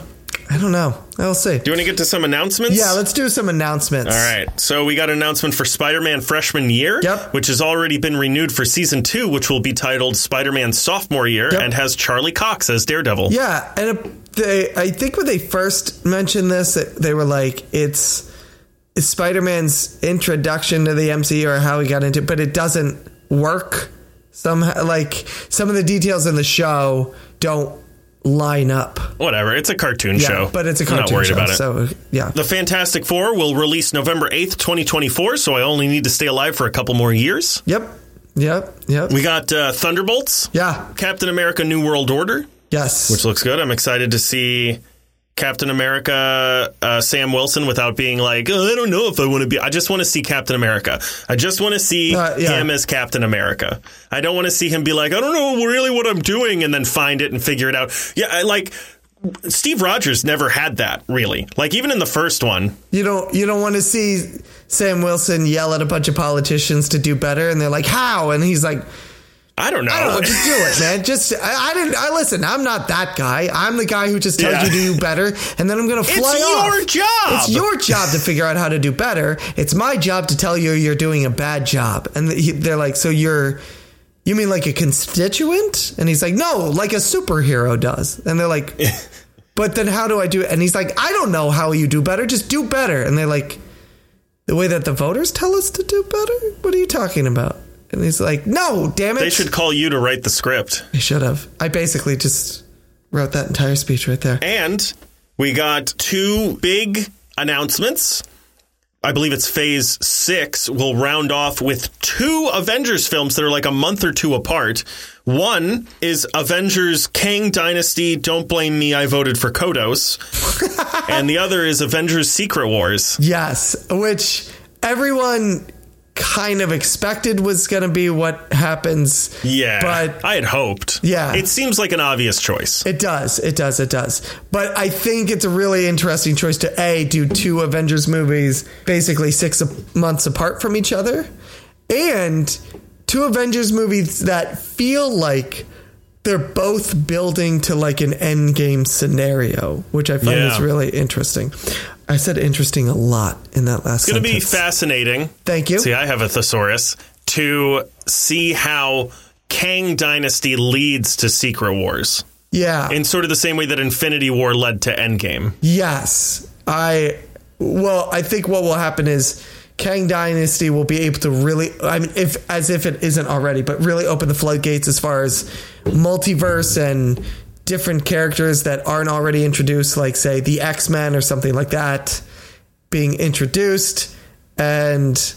B: I don't know. I'll see.
A: Do you want to get to some announcements?
B: Yeah, let's do some announcements.
A: All right. So we got an announcement for Spider-Man freshman year,
B: Yep.
A: which has already been renewed for season 2, which will be titled Spider-Man sophomore year
B: Yep.
A: and has Charlie Cox as Daredevil.
B: Yeah, and it, they, I think when they first mentioned this, it, they were like, "It's, it's Spider-Man's introduction to the MCU or how he got into," it, but it doesn't work somehow. Like some of the details in the show don't line up.
A: whatever. It's a cartoon
B: Yeah,
A: show.
B: but it's a
A: I'm
B: cartoon
A: Not worried
B: show,
A: about it.
B: so yeah.
A: the Fantastic Four will release November 8th, 2024, so I only need to stay alive for a couple more years.
B: yep, yep, yep.
A: We got uh, Thunderbolts,
B: yeah.
A: Captain America New World Order,
B: Yes.
A: which looks good. I'm excited to see Captain America uh, Sam Wilson without being like, "Oh, I don't know if I want to be. I just want to see Captain America. I just want to see
B: Uh, yeah.
A: him as Captain America. I don't want to see him be like, I don't know really what I'm doing and then find it and figure it out. Yeah, I like. Steve Rogers never had that really. Like even in the first one,
B: you don't you don't want to see Sam Wilson yell at a bunch of politicians to do better, and they're like, "How?" And he's like.
A: I don't know.
B: I don't know. Just do it, man. Just I, I didn't. I listen. I'm not that guy. I'm the guy who just tells
A: Yeah.
B: you to do better, and then I'm gonna fly
A: it's
B: off.
A: your job.
B: It's your job to figure out how to do better. It's my job to tell you you're doing a bad job. And he- they're like, so you're You mean like a constituent? And he's like, no, like a superhero does. And they're like, but then how do I do it? And he's like, I don't know how you do better. Just do better. And they're like, the way that the voters tell us to do better? What are you talking about? And he's like, no, damn it.
A: They should call you to write the script.
B: I should have. I basically just wrote that entire speech right there.
A: And we got two big announcements. I believe it's phase six. We'll round off with two Avengers films that are like a month or two apart. One is Avengers Kang Dynasty, Don't Blame Me, I Voted for Kodos. and the other is Avengers Secret Wars.
B: Yes, which everyone kind of expected was going to be what happens.
A: Yeah.
B: But
A: I had hoped.
B: Yeah.
A: It seems like an obvious choice.
B: It does. It does. It does. But I think it's a really interesting choice to A, do two Avengers movies basically six a- months apart from each other, and two Avengers movies that feel like they're both building to like an end game scenario, which I find
A: Yeah.
B: is really interesting. I said interesting a lot in that last
A: It's going to be
B: sentence.
A: fascinating.
B: Thank you.
A: See, I have a thesaurus to see how Kang Dynasty leads to Secret Wars
B: yeah.
A: in sort of the same way that Infinity War led to Endgame.
B: Yes. I well, I think what will happen is Kang Dynasty will be able to really I mean if as if it isn't already, but really open the floodgates as far as multiverse and different characters that aren't already introduced, like say the X-Men or something like that being introduced and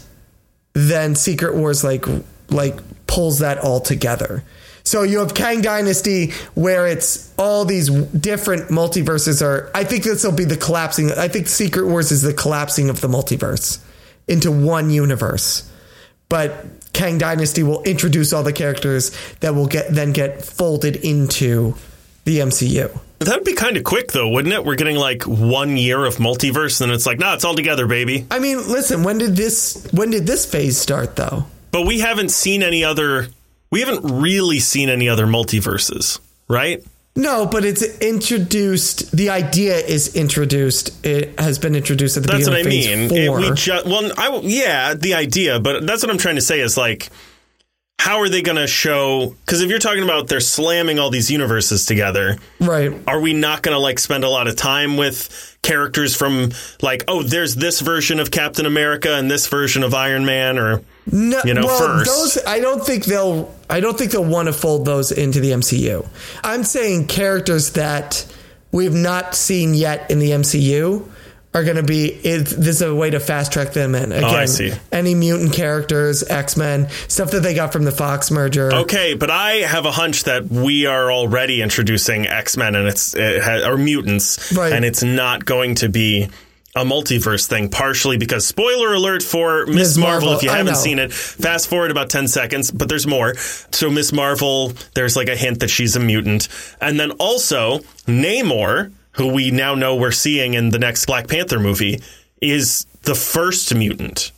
B: then Secret Wars like like pulls that all together. So you have Kang Dynasty where it's all these different multiverses are I think this will be the collapsing I think Secret Wars is the collapsing of the multiverse into one universe. But Kang Dynasty will introduce all the characters that will get then get folded into the MCU.
A: That'd be kind of quick, though, wouldn't it? We're getting like one year of multiverse, and then it's like, nah, it's all together, baby.
B: I mean, listen, when did this when did this phase start though?
A: But we haven't seen any other. We haven't really seen any other multiverses, right?
B: No, but it's introduced. The idea is introduced. It has been introduced at the
A: That's what I
B: beginning of phase
A: mean. It-
B: four.
A: we just well, I w- yeah, the idea, but that's what I'm trying to say is like, how are they going to show? Because if you're talking about they're slamming all these universes together,
B: right.
A: are we not going to like spend a lot of time with characters from like, oh, there's this version of Captain America and this version of Iron Man, or
B: No,
A: you know,
B: well,
A: first.
B: those I don't think they'll. I don't think they'll want to fold those into the MCU. I'm saying characters that we've not seen yet in the MCU are going to be. It, this is a way to fast track them in again.
A: Oh, see.
B: Any mutant characters, X Men stuff that they got from the Fox merger.
A: Okay, but I have a hunch that we are already introducing X Men and it's it ha, or mutants,
B: Right.
A: and it's not going to be a multiverse thing. Partially because spoiler alert for Miss
B: Ms.
A: Marvel,
B: Marvel,
A: if you
B: I
A: haven't
B: know.
A: seen it, fast forward about ten seconds, but there's more. So Miss Marvel, there's like a hint that she's a mutant, and then also Namor, who we now know we're seeing in the next Black Panther movie, is the first mutant.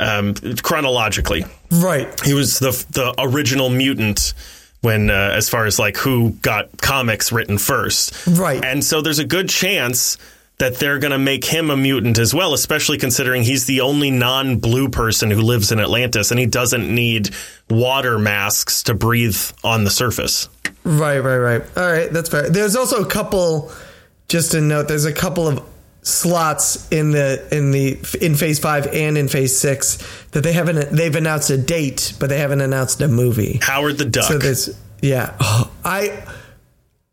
A: Um, chronologically,
B: Right.
A: he was the the original mutant when uh, as far as like who got comics written first
B: Right.
A: and so there's a good chance that they're going to make him a mutant as well especially considering he's the only non-blue person who lives in Atlantis and he doesn't need water masks to breathe on the surface
B: Right, right, right. All right, that's fair. There's also a couple. Just a note: there's a couple of slots in the in the in phase five and in phase six that they haven't they've announced a date, but they haven't announced a movie.
A: Howard the Duck
B: So there's yeah. Oh, I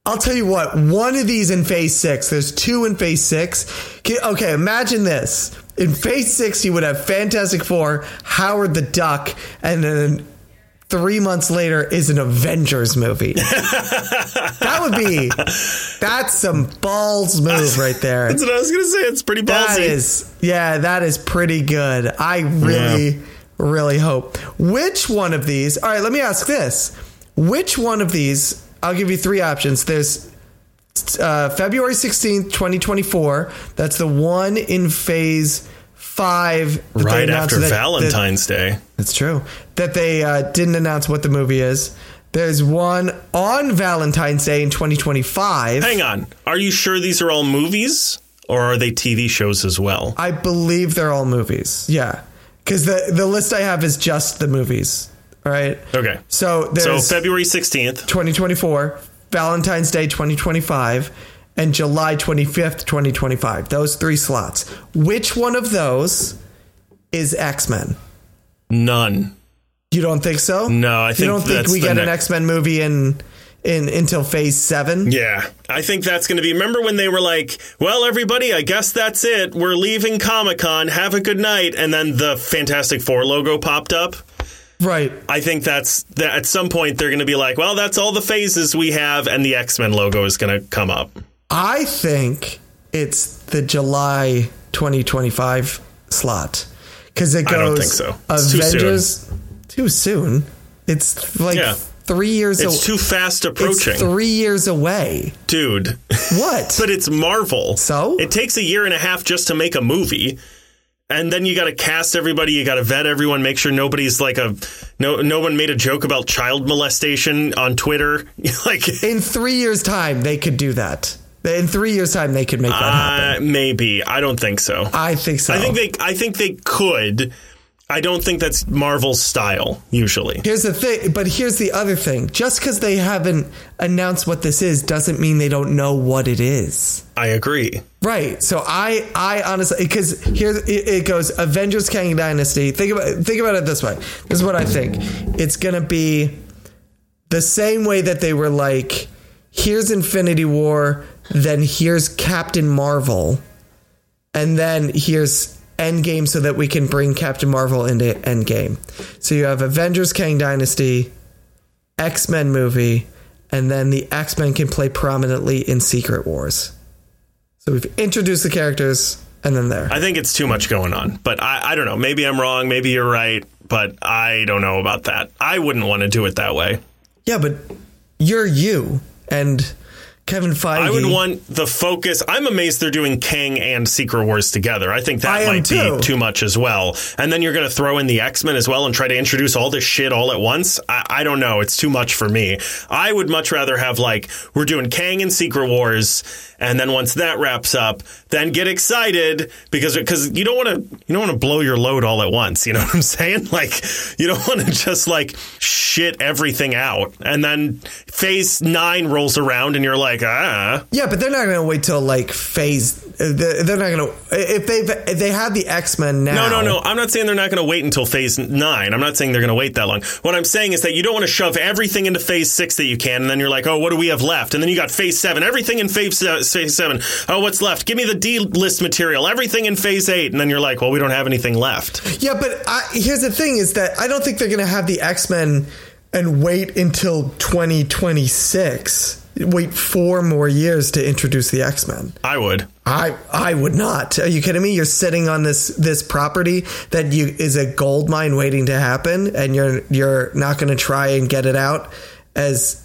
B: I'll tell you what. One of these in phase six. There's two in phase six. Okay, okay, imagine this. In phase six, you would have Fantastic Four, Howard the Duck, and then three months later is an Avengers movie. that would be that's some balls move right there.
A: that's what I was going to say it's pretty
B: That
A: ballsy
B: is, yeah, that is pretty good. I really, really hope. Which one of these? All right, let me ask this. Which one of these? I'll give you three options. There's uh, February 16th, 2024. That's the one in phase five. that they
A: right
B: announced
A: after
B: that- that-
A: Valentine's Day
B: that's true. That they uh, didn't announce what the movie is. There's one on Valentine's Day in 2025.
A: hang on are you sure these are all movies or are they TV shows as well
B: I believe they're all movies. Yeah, because the the list I have is just the movies, All right.
A: Okay. So
B: So there's
A: February 16th.
B: 2024, Valentine's Day 2025, and July 25th 2025. Those three slots. Which one of those is X Men?
A: None.
B: You don't think so?
A: No, I
B: you
A: think
B: don't think
A: that's
B: we
A: the
B: get an
A: next-
B: X Men movie in in until Phase Seven?
A: Yeah, I think that's going to be. Remember when they were like, "Well, everybody, I guess that's it. We're leaving Comic Con. Have a good night." And then the Fantastic Four logo popped up.
B: Right.
A: I think that's that. At some point, they're going to be like, "Well, that's all the phases we have," and the X Men logo is going to come up.
B: I think it's the July 2025 slot because it goes.
A: don't think so. It's too
B: Avengers too soon. It's like
A: Yeah.
B: three years.
A: It's
B: aw-
A: too fast
B: it's
A: approaching,
B: three years away.
A: dude.
B: What?
A: but it's Marvel.
B: So?
A: it takes a year and a half just to make a movie. And then you got to cast everybody. You got to vet everyone. Make sure nobody's like a no. No one made a joke about child molestation on Twitter. like
B: in three years' time, they could do that. In three years' time, they could make that happen.
A: Uh, maybe I don't think so.
B: I think so.
A: I think they. I think they could. I don't think that's Marvel's style usually.
B: Here's the thing, but here's the other thing. Just because they haven't announced what this is doesn't mean they don't know what it is.
A: I agree.
B: Right. So I, I honestly, because here it, it goes: Avengers, Kang Dynasty. Think about, think about it this way. This is what I think. It's gonna be the same way that they were like, here's Infinity War, then here's Captain Marvel, and then here's Endgame, so that we can bring Captain Marvel into Endgame. So you have Avengers, Kang Dynasty, X Men movie, and then the X Men can play prominently in Secret Wars. So we've introduced the characters, and then there.
A: I think it's too much going on, but I, I don't know. Maybe I'm wrong. Maybe you're right, but I don't know about that. I wouldn't want to do it that way.
B: yeah, but you're you and Kevin Feige.
A: I would want the focus. I'm amazed they're doing Kang and Secret Wars together. I think
B: I
A: that
B: am
A: might
B: too.
A: be too much as well. And then you're going to throw in the X Men as well and try to introduce all this shit all at once. I, I don't know. It's too much for me. I would much rather have like we're doing Kang and Secret Wars, and then once that wraps up, then get excited because because you don't want to you don't want to blow your load all at once. You know what I'm saying? Like you don't want to just like shit everything out, and then Phase Nine rolls around and you're like ah.
B: Yeah, but they're not going to wait till like phase. uh, They're they're not going to if they if they had the X Men now.
A: No, no, no. I'm not saying they're not going to wait until phase nine. I'm not saying they're going to wait that long. What I'm saying is that you don't want to shove everything into phase six that you can, and then you're like, oh, what do we have left? And then you got phase seven, everything in phase, se- phase seven. Oh, what's left? Give me the D list material, everything in phase eight. And then you're like, well, we don't have anything left.
B: Yeah, but I, here's the thing: is that I don't think they're going to have the X Men and wait until 2026. Wait four more years to introduce the X Men.
A: I would.
B: I I would not. Are you kidding me? You're sitting on this this property that you is a gold mine waiting to happen, and you're you're not going to try and get it out as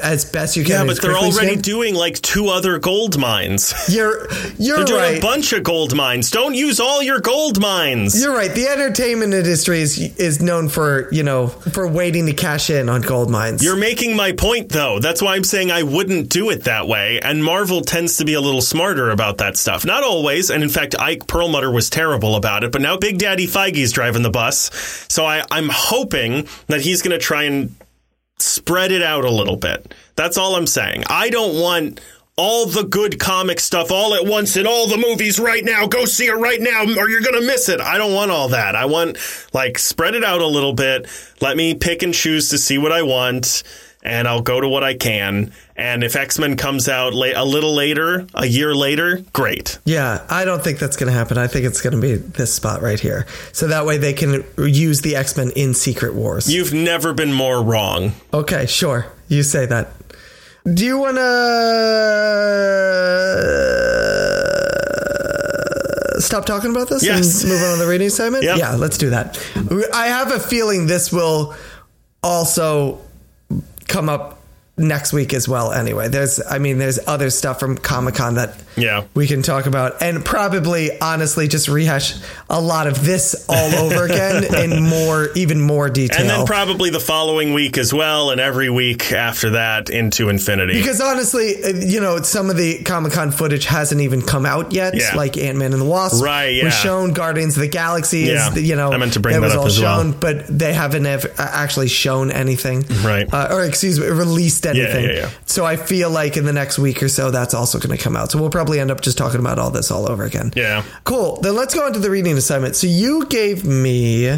B: as best you can.
A: Yeah,
B: and
A: but
B: as
A: they're
B: quickly as you
A: already
B: can.
A: doing like two other gold mines.
B: You're you're
A: They're doing
B: right.
A: a bunch of gold mines. Don't use all your gold mines.
B: You're right. The entertainment industry is is known for you know for waiting to cash in on gold mines.
A: You're making my point, though. That's why I'm saying I wouldn't do it that way. And Marvel tends to be a little smarter about that stuff. Not always. And in fact, Ike Perlmutter was terrible about it. But now Big Daddy Feige's driving the bus. So I, I'm hoping that he's going to try and spread it out a little bit. That's all I'm saying. I don't want all the good comic stuff all at once in all the movies right now. Go see it right now or you're going to miss it. I don't want all that. I want like spread it out a little bit. Let me pick and choose to see what I want and I'll go to what I can. And if X-Men comes out la- a little later, a year later, great.
B: yeah, I don't think that's going to happen. I think it's going to be this spot right here. So that way they can use the X Men in Secret Wars.
A: You've never been more wrong.
B: okay, sure. You say that. Do you want to uh, stop talking about this
A: Yes.
B: and move on to the reading segment?
A: Yep.
B: Yeah, let's do that. I have a feeling this will also come up next week as well anyway there's i mean there's other stuff from comic-con that
A: Yeah.
B: we can talk about and probably honestly just rehash a lot of this all over again in more even more detail.
A: And then probably the following week as well, and every week after that into infinity.
B: Because honestly, uh, you know, some of the Comic Con footage hasn't even come out yet,
A: Yeah.
B: like Ant Man and the Wasp.
A: Right, yeah.
B: Was shown Guardians of the Galaxy.
A: Yeah.
B: Is, you know,
A: I meant to bring
B: that
A: that
B: was
A: up
B: all
A: as well.
B: shown, but they haven't ever, uh, actually shown anything.
A: Right.
B: Uh, or excuse me, released anything.
A: yeah, yeah.
B: So I feel like in the next week or so, that's also going to come out. So we'll probably end up just talking about all this all over again.
A: Yeah.
B: Cool. Then let's go on to the reading assignment. So you gave me.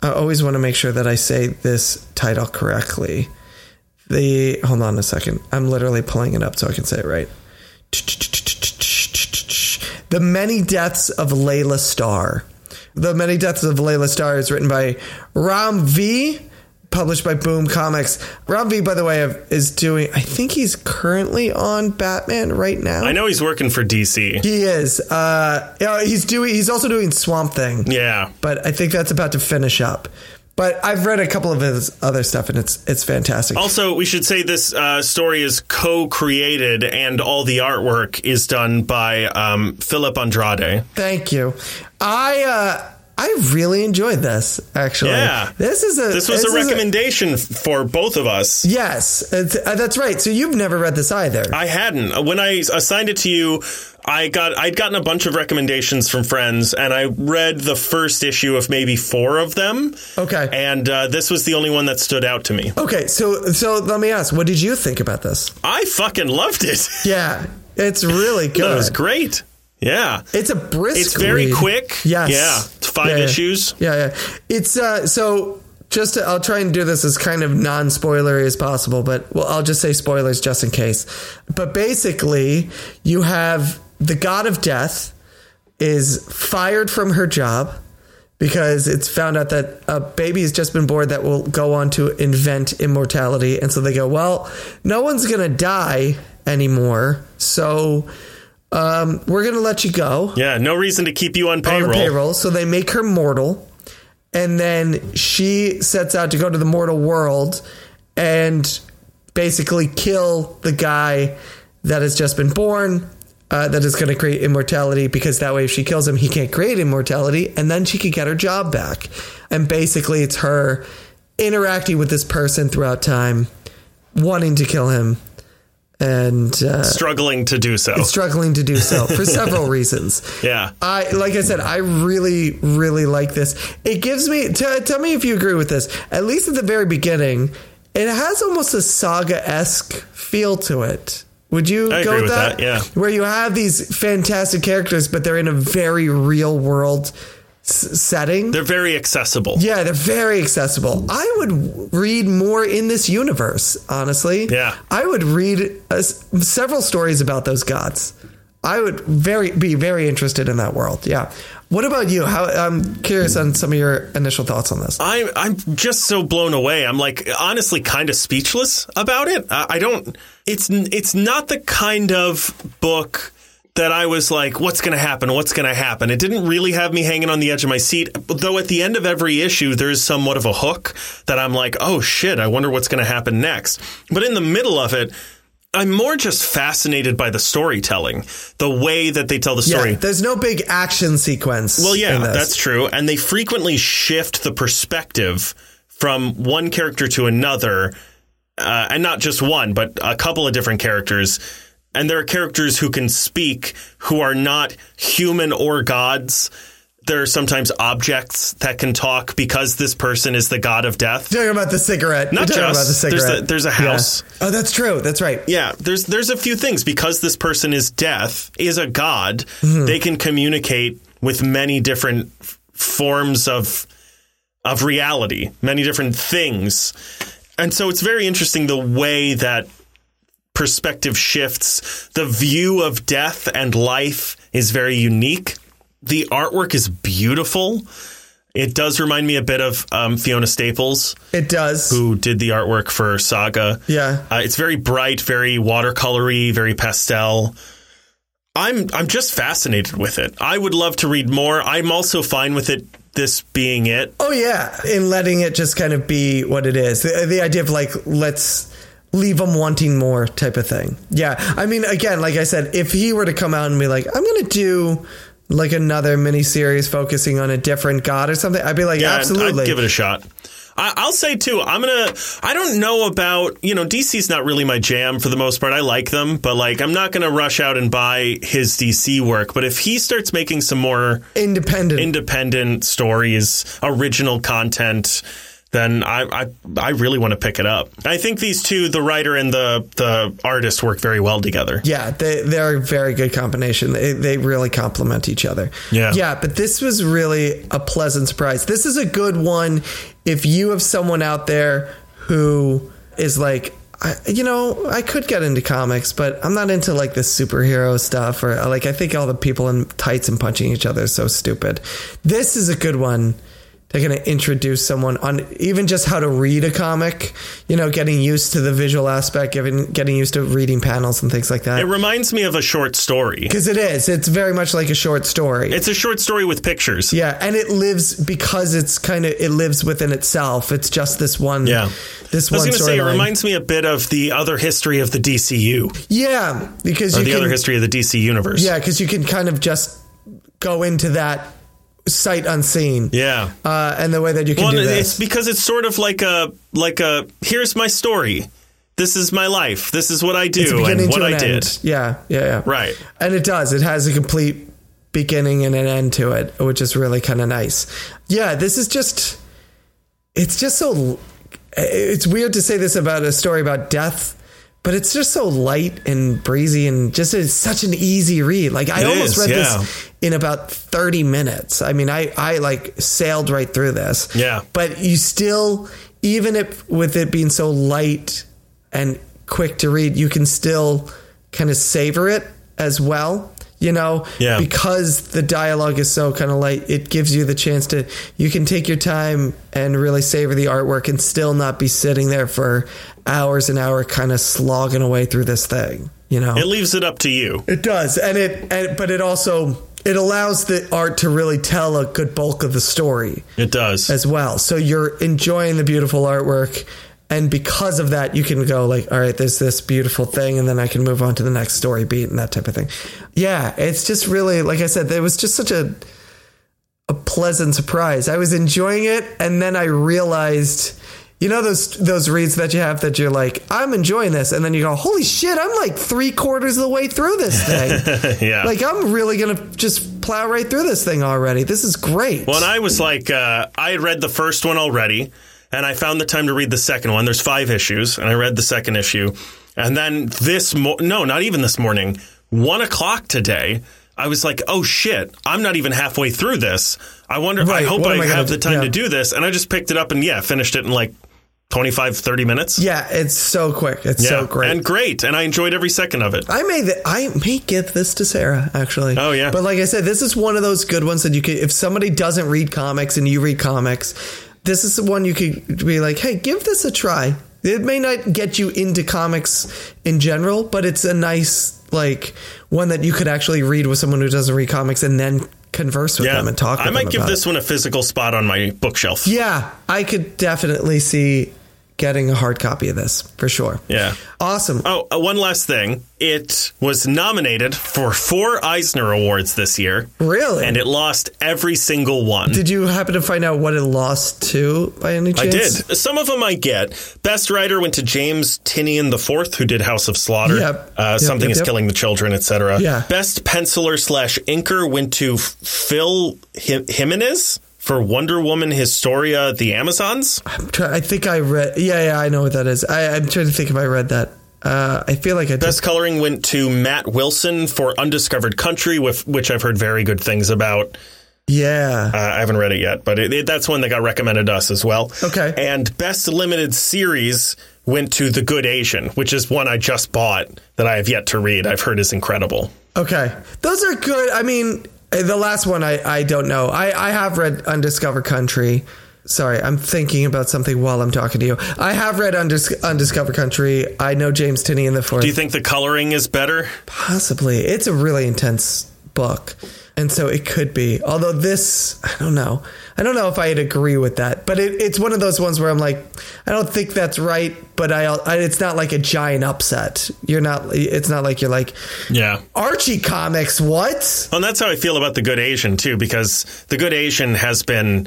B: I always want to make sure that I say this title correctly. The hold on a second. I'm literally pulling it up so I can say it right. The Many Deaths of Layla Starr. The Many Deaths of Layla Starr is written by Ram V, published by Boom Comics. Ram V, by the way, is doing. I think he's currently on Batman right now.
A: I know he's working for DC.
B: He is. Uh, you know, he's doing. He's also doing Swamp Thing.
A: Yeah.
B: But I think that's about to finish up. But I've read a couple of his other stuff, and it's it's fantastic.
A: Also, we should say this uh, story is co-created, and all the artwork is done by um, Philip Andrade.
B: Thank you. I uh, I really enjoyed this. Actually,
A: Yeah.
B: This is a.
A: This was a
B: is
A: recommendation f for both of us.
B: yes, it's, uh, that's right. So you've never read this either.
A: I hadn't. Uh, When I assigned it to you, I got I'd gotten a bunch of recommendations from friends, and I read the first issue of maybe four of them.
B: okay.
A: And uh, this was the only one that stood out to me.
B: okay. So so let me ask, what did you think about this?
A: I fucking loved it.
B: Yeah, it's really
A: That
B: good.
A: was great. Yeah.
B: It's a brisk.
A: It's very
B: read.
A: quick.
B: Yes.
A: Yeah. It's five
B: Yeah, yeah.
A: issues.
B: Yeah, yeah. It's uh, so just to, I'll try and do this as kind of non-spoilery as possible, but well, I'll just say spoilers just in case. But basically, you have the god of death is fired from her job because it's found out that a baby has just been born that will go on to invent immortality, and so they go, well, no one's gonna die anymore, so. Um, we're gonna let you go
A: Yeah. No reason to keep you on
B: on
A: payroll.
B: the payroll. So they make her mortal, and then she sets out to go to the mortal world and basically kill the guy that has just been born. Uh, that is going to create immortality because that way, if she kills him, he can't create immortality, and then she could get her job back. And basically, it's her interacting with this person throughout time, wanting to kill him, and uh,
A: Struggling to do so.
B: struggling to do so for several reasons.
A: Yeah.
B: I like I said, I really, really like this. It gives me. T- tell me if you agree with this. At least at the very beginning, it has almost a saga esque feel to it. Would you
A: I
B: go
A: agree with
B: with that?
A: that, yeah.
B: where you have these fantastic characters, but they're in a very real world s- setting.
A: They're very accessible.
B: yeah, they're very accessible. I would w- read more in this universe, honestly.
A: Yeah.
B: I would read uh, s- several stories about those gods. I would very be very interested in that world. Yeah. What about you? How I'm curious on some of your initial thoughts on this.
A: I'm I'm just so blown away. I'm like honestly kind of speechless about it. I, I don't. It's n- it's not the kind of book that I was like, what's going to happen? What's going to happen? It didn't really have me hanging on the edge of my seat. Though at the end of every issue, there is somewhat of a hook that I'm like, oh shit, I wonder what's going to happen next. But in the middle of it. I'm more just fascinated by the storytelling, the way that they tell the story.
B: Yeah, there's no big action sequence.
A: Well, yeah,
B: in this.
A: that's true. And they frequently shift the perspective from one character to another, uh, and not just one, but a couple of different characters. And there are characters who can speak who are not human or gods. There are sometimes objects that can talk because this person is the god of death.
B: You're talking about the cigarette. Not
A: just.
B: about the
A: There's
B: cigarette.
A: the- there's a
B: Yeah.
A: house.
B: Oh, that's true. That's right.
A: Yeah, there's there's a few things because this person is death is a god. They can communicate with many different f- forms of of reality, many different things, and so it's very interesting the way that perspective shifts. The view of death and life is very unique. The artwork is beautiful. It does remind me a bit of um, Fiona Staples
B: It does.
A: who did the artwork for Saga.
B: Yeah.
A: Uh, it's very bright, very watercolory, very pastel. I'm I'm just fascinated with it. I would love to read more. I'm also fine with it. This being it.
B: Oh yeah, in letting it just kind of be what it is. The, the idea of like let's leave them wanting more type of thing. Yeah. I mean, again, like I said, if he were to come out and be like, I'm going to do like another mini series focusing on a different god or something, I'd be like,
A: Yeah,
B: absolutely.
A: I'd give it a shot. I, I'll say too. I'm gonna. I don't know about you know. DC's not really my jam for the most part. I like them, but like I'm not gonna rush out and buy his DC work. But if he starts making some more
B: Independent.
A: independent stories, original content, then I I, I really want to pick it up. I think these two, the writer and the the artist, work very well together.
B: Yeah, they they're a very good combination. They they really complement each other.
A: Yeah.
B: Yeah, but this was really a pleasant surprise. This is a good one if you have someone out there who is like I, you know, I could get into comics, but I'm not into like this superhero stuff or like I think all the people in tights and punching each other is so stupid. This is a good one they're going to introduce someone on even just how to read a comic, you know, getting used to the visual aspect, getting getting used to reading panels and things like that.
A: It reminds me of a short story.
B: Because it is. It's very much like a short story.
A: It's a short story with pictures.
B: yeah, and it lives because it's kind of it lives within itself. It's just this one.
A: Yeah. I was
B: this one
A: going to say it
B: storyline.
A: reminds me a bit of the other history of the DCU or
B: Yeah, because you
A: the
B: can,
A: other history of the DC universe.
B: yeah, because you can kind of just go into that sight unseen.
A: Yeah.
B: uh, and the way that you can
A: Well,
B: do
A: it's
B: this.
A: because it's sort of like a like a here's my story. This is my life. This is what I do and what I
B: an
A: did.
B: end. Yeah, yeah, yeah.
A: Right.
B: And it does. It has a complete beginning and an end to it, which is really kind of nice. Yeah, this is just. It's just so. It's weird to say this about a story about death, but it's just so light and breezy and just it's such an easy read. Like I
A: It
B: almost
A: is,
B: read
A: yeah.
B: this in about 30 minutes. I mean, I I like sailed right through this.
A: Yeah.
B: But you still even if with it being so light and quick to read, you can still kind of savor it as well. You know,
A: Yeah.
B: because the dialogue is so kind of light, it gives you the chance to you can take your time and really savor the artwork and still not be sitting there for hours and hour kind of slogging away through this thing, you know.
A: It leaves it up to you.
B: It does, and it and, but it also it allows the art to really tell a good bulk of the story
A: It does.
B: as well. So you're enjoying the beautiful artwork, and because of that, you can go like, all right, there's this beautiful thing, and then I can move on to the next story beat and that type of thing. Yeah, it's just really like I said, it was just such a a pleasant surprise. I was enjoying it, and then I realized. You know those those reads that you have that you're like, I'm enjoying this, and then you go, holy shit, I'm like three quarters of the way through this thing.
A: yeah.
B: like I'm really gonna just plow right through this thing already. This is great.
A: Well, and I was like, uh, I had read the first one already, and I found the time to read the second one. There's five issues, and I read the second issue. And then this, mo- no, not even this morning, one o'clock today, I was like, oh shit, I'm not even halfway through this. I wonder,
B: Right,
A: I hope
B: what
A: I
B: am I gonna
A: have the
B: do?
A: time
B: Yeah.
A: to do this. And I just picked it up and yeah, finished it in like 25, 30 minutes.
B: Yeah, it's so quick. It's so great.
A: And great. And I enjoyed every second of it.
B: I may th- I may give this to Sarah actually.
A: Oh, yeah.
B: But like I said, this is one of those good ones that you could if somebody doesn't read comics and you read comics, this is the one you could be like, "Hey, give this a try." It may not get you into comics in general, but it's a nice like one that you could actually read with someone who doesn't read comics and then converse with
A: Yeah.
B: them and talk.
A: I
B: with
A: might
B: them
A: give
B: about it.
A: this one a physical spot on my bookshelf.
B: Yeah, I could definitely see getting a hard copy of this for sure.
A: Yeah.
B: Awesome.
A: Oh, uh, one last thing. It was nominated for four Eisner Awards this year,
B: really?
A: and it lost every single one.
B: Did you happen to find out what it lost to by any
A: I
B: chance?
A: did. Some of them I get. Best writer went to James Tinian IV, who did House of Slaughter,
B: Yep.
A: uh,
B: Yep,
A: Something
B: yep,
A: is
B: yep.
A: Killing the Children, etc.
B: Yeah.
A: Best penciler slash inker went to F- Phil Hi- Jimenez for Wonder Woman Historia: The Amazons.
B: I'm try- I think I read. Yeah, yeah, I know what that is. I, I'm trying to think if I read that. Uh, I feel like I did.
A: Best coloring went to Matt Wilson for Undiscovered Country, with, which I've heard very good things about.
B: Yeah.
A: Uh, I haven't read it yet, but it, it, that's one that got recommended to us as well.
B: Okay.
A: And best limited series went to The Good Asian, which is one I just bought that I have yet to read. I've heard is incredible.
B: Okay. Those are good. I mean, eh, the last one I, I don't know. I, I have read Undiscovered Country. Sorry, I'm thinking about something while I'm talking to you. I have read Undis- Undiscovered Country. I know James Tinney in the fourth.
A: Do you think the coloring is better?
B: Possibly. It's a really intense book. And so it could be. Although this, I don't know. I don't know if I'd agree with that. But it, it's one of those ones where I'm like, I don't think that's right. But I, I, it's not like a giant upset. You're not. It's not like you're like
A: Yeah.
B: Archie comics. What?
A: And that's how I feel about the Good Asian too, because the Good Asian has been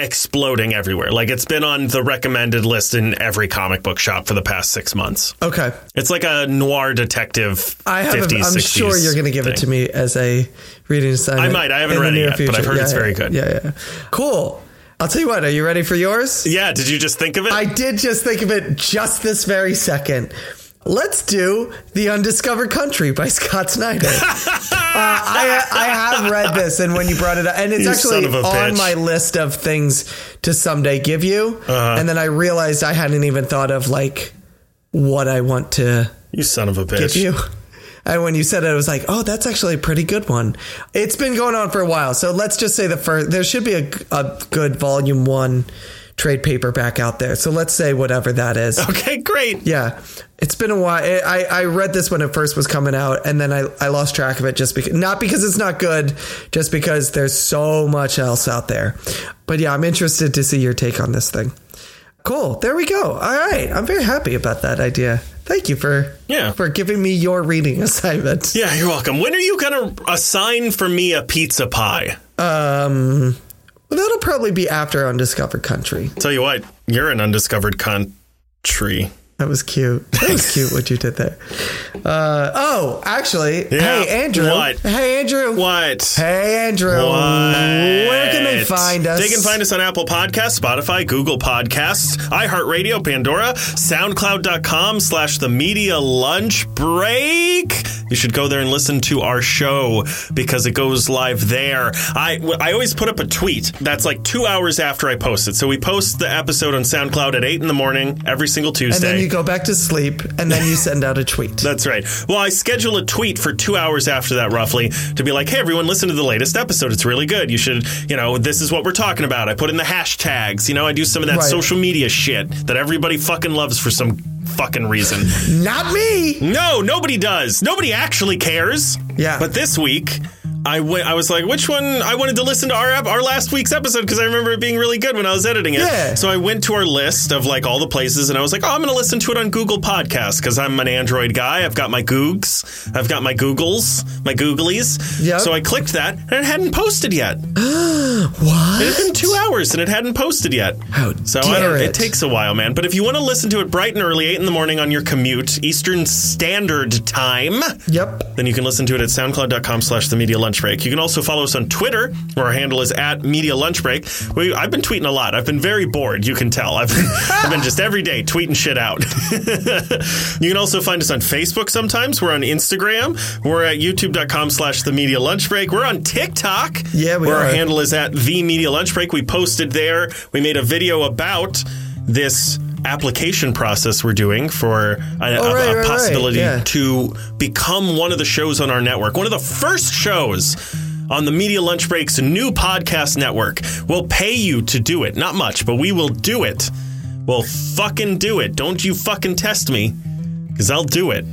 A: exploding everywhere. Like it's been on the recommended list in every comic book shop for the past six months.
B: Okay.
A: It's like a noir detective.
B: I have.
A: 50s,
B: i I'm
A: 60s
B: sure you're going to give
A: thing.
B: it to me as a reading assignment.
A: I might. I haven't
B: in the
A: read it
B: near
A: yet, but I've heard it's very good.
B: Yeah, yeah. Cool. I'll tell you what. Are you ready for yours?
A: Yeah. Did you just think of it?
B: I did just think of it just this very second. Let's do The Undiscovered Country by Scott Snyder. uh, I, I have read this, and when you brought it up, and it's
A: You son
B: actually
A: of
B: on
A: a bitch.
B: my list of things to someday give you.
A: Uh-huh.
B: And then I realized I hadn't even thought of like what I want to
A: you son of a bitch.
B: give you. And when you said it, I was like, oh, that's actually a pretty good one. It's been going on for a while. So let's just say the first, there should be a, a good volume one trade paperback out there. So let's say whatever that is.
A: Okay. Great.
B: Yeah. It's been a while. I, I read this when it first was coming out and then I, I lost track of it just because, not because it's not good, just because there's so much else out there. But yeah, I'm interested to see your take on this thing. Cool. There we go. All right. I'm very happy about that idea. Thank you for
A: Yeah.
B: for giving me your reading assignment.
A: Yeah. You're welcome. When are you gonna assign for me a pizza pie?
B: Well, that'll probably be after Undiscovered Country.
A: Tell you what, you're an undiscovered country.
B: That was cute. That was cute what you did there. Uh, oh, actually,
A: Yeah,
B: hey Andrew.
A: what?
B: Hey Andrew.
A: What?
B: Hey Andrew. Where can they
A: What?
B: find us?
A: They can find us on Apple Podcasts, Spotify, Google Podcasts, iHeartRadio, Pandora, SoundCloud.com slash the media lunch break. You should go there and listen to our show because it goes live there. I, I always put up a tweet that's like two hours after I post it. So we post the episode on SoundCloud at 8 in the morning every single
B: And
A: Tuesday.
B: then you go back to sleep, and then you send out a tweet.
A: That's right. Well, I schedule a tweet for two hours after that, roughly, to be like, hey, everyone, listen to the latest episode. It's really good. You should, you know, this is what we're talking about. I put in the hashtags. You know, I do some of that
B: Right.
A: social media shit that everybody fucking loves for some fucking reason.
B: Not me.
A: no, nobody does. Nobody actually cares.
B: Yeah.
A: But this week. I went- I was like, which one? I wanted to listen to our ep- our last week's episode because I remember it being really good when I was editing it.
B: Yeah.
A: So I went to our list of like all the places, and I was like, "Oh, I'm going to listen to it on Google Podcasts because I'm an Android guy. I've got my Googs, I've got my Googles, my Googlies."
B: Yep.
A: So I clicked that, and it hadn't posted yet. It
B: What?
A: had been two hours, and it hadn't posted yet.
B: How
A: so I
B: dare
A: don't,
B: it.
A: it takes a while, man. But if you want to listen to it bright and early, eight in the morning on your commute, Eastern Standard Time.
B: Yep.
A: Then you can listen to it at soundcloud.com slash the media lunch break. You can also follow us on Twitter, where our handle is at media lunch break. We, I've been tweeting a lot. I've been very bored, you can tell. I've been, I've been just every day tweeting shit out. you can also find us on Facebook sometimes. We're on Instagram. We're at youtube.com slash the media lunch break. We're on TikTok.
B: Yeah, we
A: where
B: are.
A: Our handle is at the media lunch break. We posted there. We made a video about this application process we're doing for a, a-
B: Oh, right,
A: a
B: right, right.
A: possibility
B: Yeah.
A: to become one of the shows on our network, one of the first shows on the Media Lunch Break's new podcast network. We'll pay you to do it. Not much, but we will do it. We'll fucking do it. Don't you fucking test me, because I'll do it.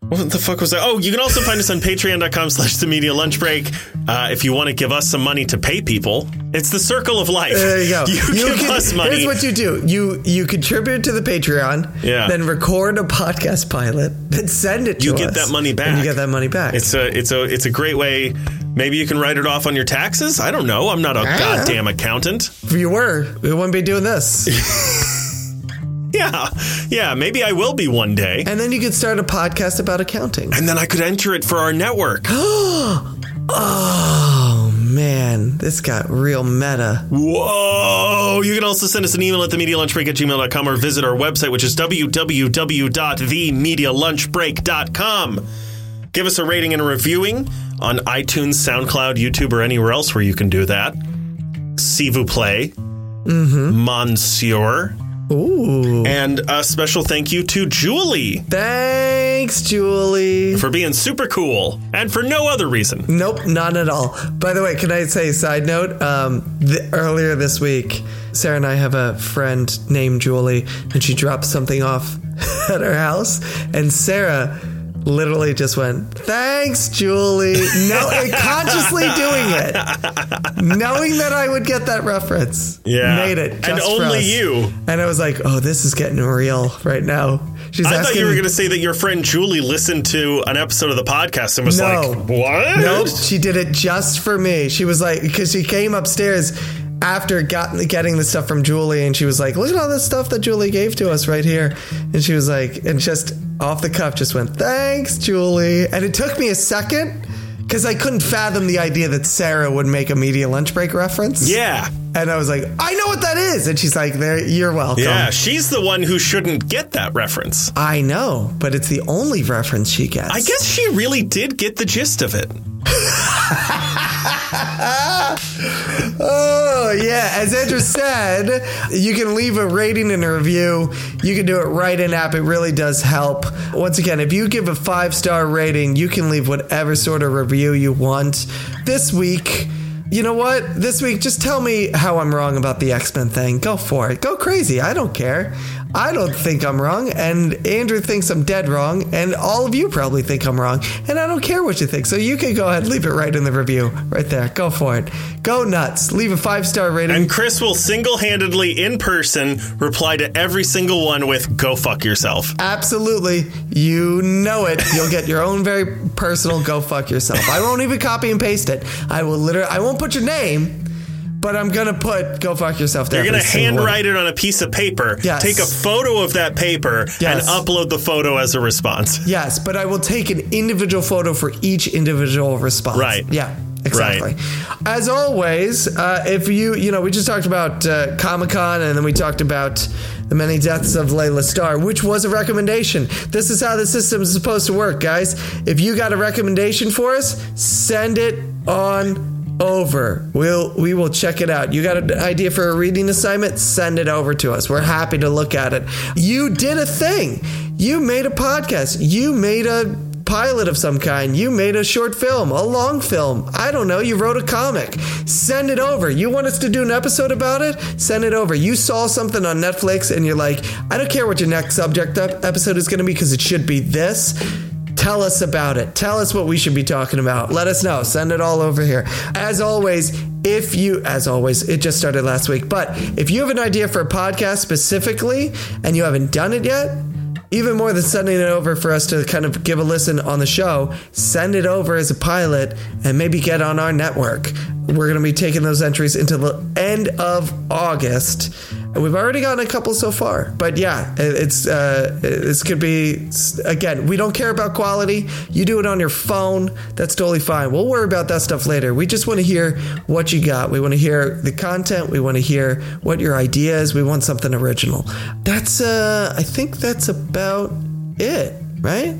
A: What the fuck was that? Oh, you can also find us on patreon.com slash the media lunch break uh, if you want to give us some money to pay people. It's the circle of life.
B: There you go.
A: give
B: can-
A: us money.
B: Here's what you do: you you contribute to the Patreon,
A: Yeah.
B: Then record a podcast pilot, then send it to
A: You
B: us.
A: get that money
B: And
A: back.
B: you get that money back.
A: It's a it's a it's a great way. Maybe you can write it off on your taxes. I don't know. I'm not a
B: don't know.
A: goddamn accountant.
B: if you were, we wouldn't be doing this.
A: Yeah, yeah. Maybe I will be one day,
B: and then you could start a podcast about accounting.
A: and then I could enter it for our network.
B: Oh man, this got real meta.
A: Whoa! You can also send us an email at themedialunchbreak at gmail.com or visit our website, which is www.themedialunchbreak.com. Give us a rating and a reviewing on iTunes, SoundCloud, YouTube, or anywhere else where you can do that. S'il vous play, Monsieur.
B: Mm-hmm. Ooh.
A: And a special thank you to Julie
B: Thanks, Julie.
A: for being super cool and for no other reason.
B: Nope, not at all. By the way, can I say side note? Um, th- earlier this week, Sarah and I have a friend named Julie, and she dropped something off at her house, and Sarah literally just went, thanks, Julie. No, and consciously doing it, knowing that I would get that reference.
A: Yeah.
B: made it, just
A: And
B: for
A: only
B: us.
A: you.
B: And I was like, oh, this is getting real right now. She's
A: I
B: asking,
A: thought you were going to say that your friend Julie listened to an episode of the podcast and was
B: No.
A: like, "What?
B: Nope, she did it just for me. She was like, because she came upstairs after got, getting the stuff from Julie, and she was like, "Look at all this stuff that Julie gave to us right here." And she was like, and just off the cuff, just went, "Thanks, Julie." And it took me a second because I couldn't fathom the idea that Sarah would make a media lunch break reference.
A: Yeah,
B: and I was like, "I know what that is," and she's like, "There, you're welcome."
A: yeah." She's the one who shouldn't get that reference.
B: I know, but it's the only reference she gets.
A: I guess she really did get the gist of it.
B: Oh, yeah. As Andrew said, you can leave a rating and a review. You can do it right in app. It really does help. Once again, if you give a five star rating, you can leave whatever sort of review you want. This week, you know what? This week, just tell me how I'm wrong about the X Men thing. Go for it. Go crazy. I don't care. I don't think I'm wrong. And Andrew thinks I'm dead wrong. And all of you probably think I'm wrong. And I don't care what you think. So you can go ahead, leave it right in the review right there. Go for it. Go nuts. Leave a five star rating.
A: And Chris will single-handedly, in person, reply to every single one with "Go fuck yourself."
B: Absolutely. You know it. You'll get your own very personal go fuck yourself. I won't even copy and paste it. I will literally, I won't put your name, but I'm going to put go fuck yourself there.
A: You're gonna
B: every single one.
A: handwrite it on a piece of paper.
B: Yes.
A: Take a photo of that paper and
B: Yes.
A: upload the photo as a response.
B: Yes, but I will take an individual photo for each individual response.
A: Right.
B: Yeah. Exactly. As always, uh, if you you know, we just talked about uh, Comic Con, and then we talked about the many deaths of Layla Starr, which was a recommendation. This is how the system is supposed to work, guys. If you got a recommendation for us, send it on over. We'll we will check it out. You got an idea for a reading assignment? Send it over to us. We're happy to look at it. You did a thing. You made a podcast. You made a pilot of some kind. You made a short film, a long film. I don't know. You wrote a comic. Send it over. You want us to do an episode about it? Send it over. You saw something on Netflix and you're like, I don't care what your next subject up episode is going to be because it should be this. Tell us about it. Tell us what we should be talking about. Let us know. Send it all over here. As always, if you, as always, it just started last week, but if you have an idea for a podcast specifically and you haven't done it yet, even more than sending it over for us to kind of give a listen on the show, send it over as a pilot and maybe get on our network. We're going to be taking those entries into the end of August. And We've already gotten a couple so far, but yeah, it- it's uh, this could be again. We don't care about quality. You do it on your phone. That's totally fine. We'll worry about that stuff later. We just want to hear what you got. We want to hear the content. We want to hear what your idea is. We want something original. That's uh, I think that's about it, right?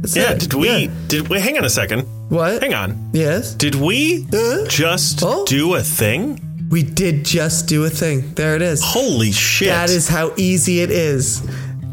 B: That's
A: Yeah.
B: it.
A: Did we?
B: Yeah.
A: Did we? Hang on a second.
B: What?
A: Hang on.
B: Yes,
A: Did we
B: Uh,
A: just
B: oh.
A: do a thing?
B: we did just do a thing. There it is.
A: Holy shit.
B: That is how easy it is.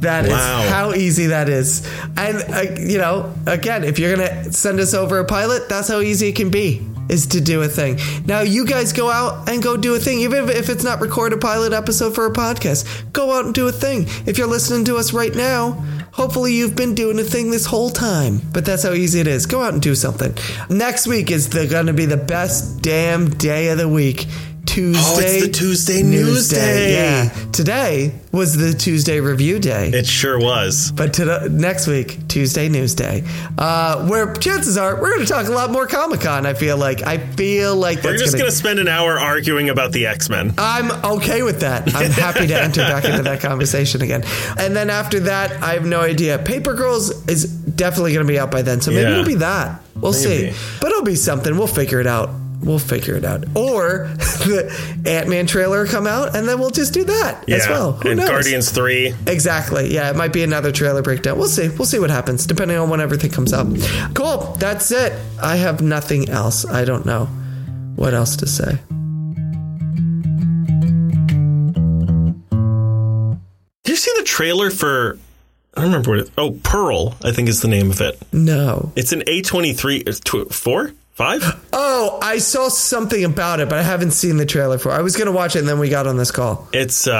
B: That is
A: Wow.
B: how easy that is. And, uh, you know, again, if you're going to send us over a pilot, that's how easy it can be is to do a thing. Now, you guys go out and go do a thing. Even if, if it's not record a pilot episode for a podcast, go out and do a thing. If you're listening to us right now, hopefully you've been doing a thing this whole time. But that's how easy it is. Go out and do something. Next week is going to be the best damn day of the week. Tuesday.
A: Oh, the Tuesday news day.
B: Yeah. Today was the Tuesday review day,
A: It sure was.
B: but to next week, Tuesday news day, uh, where chances are we're going to talk a lot more Comic Con. I feel like I feel like
A: We're
B: that's
A: just
B: gonna-
A: going to spend an hour arguing about the X Men.
B: I'm okay with that. I'm happy to enter back into that conversation again. And then after that, I have no idea. Paper Girls is definitely going to be out by then, so maybe
A: Yeah.
B: it'll be that. We'll
A: Maybe.
B: see. But it'll be something. We'll figure it out. We'll figure it out. Or the Ant Man trailer come out, and then we'll just do that as well. Who
A: and
B: knows?
A: Guardians 3.
B: Exactly. Yeah, it might be another trailer breakdown. We'll see. We'll see what happens, depending on when everything comes up. Cool. That's it. I have nothing else. I don't know what else to say.
A: Did you see the trailer for. I don't remember what it. Oh, Pearl, I think is the name of it.
B: No.
A: It's an A23. it's tw- Four? Five?
B: Oh, I saw something about it, but I haven't seen the trailer for. it. I was gonna watch it, and then we got on this call.
A: It's uh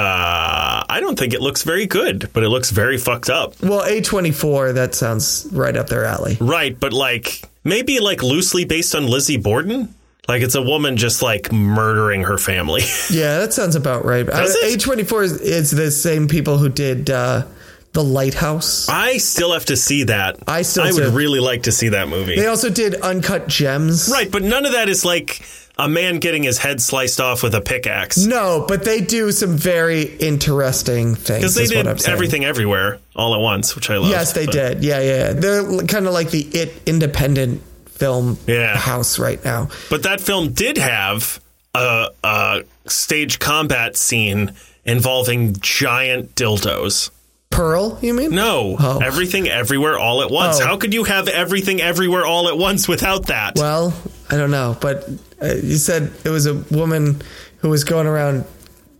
A: I don't think it looks very good, but it looks very fucked up.
B: Well, A twenty four. That sounds right up their alley.
A: Right, but like maybe like loosely based on Lizzie Borden? Like it's a woman just like murdering her family.
B: Yeah, that sounds about right.
A: Does
B: A
A: it?
B: twenty four is the same people who did uh, the Lighthouse.
A: I still have to see that.
B: I still
A: I
B: do.
A: would really like to see that movie.
B: They also did Uncut Gems.
A: Right, but none of that is like a man getting his head sliced off with a pickaxe.
B: No, but they do some very interesting things.
A: Because they
B: is what I'm
A: did
B: saying.
A: everything everywhere all at once, which I love.
B: Yes, they did. Yeah, yeah. yeah. They're kind of like the it independent film
A: Yeah.
B: house right now.
A: But that film did have a, a stage combat scene involving giant dildos.
B: Pearl, you mean?
A: No,
B: Oh.
A: everything everywhere all at once.
B: Oh.
A: How could you have everything everywhere all at once without that?
B: Well, I don't know, but uh, you said it was a woman who was going around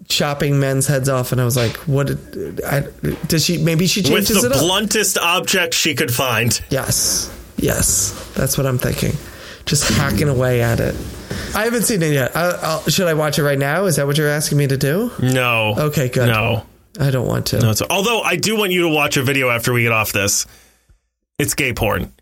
B: chopping men's heads off, and I was like, what? Did, I, does she? Maybe she
A: With
B: changes
A: the
B: it up.
A: bluntest object she could find.
B: Yes. Yes. That's what I'm thinking. Just hacking away at it. I haven't seen it yet. I, I'll, should I watch it right now? Is that what you're asking me to do?
A: No.
B: Okay, good.
A: No.
B: I don't want to.
A: That's- although I do want you to watch a video after we get off this. It's gay porn.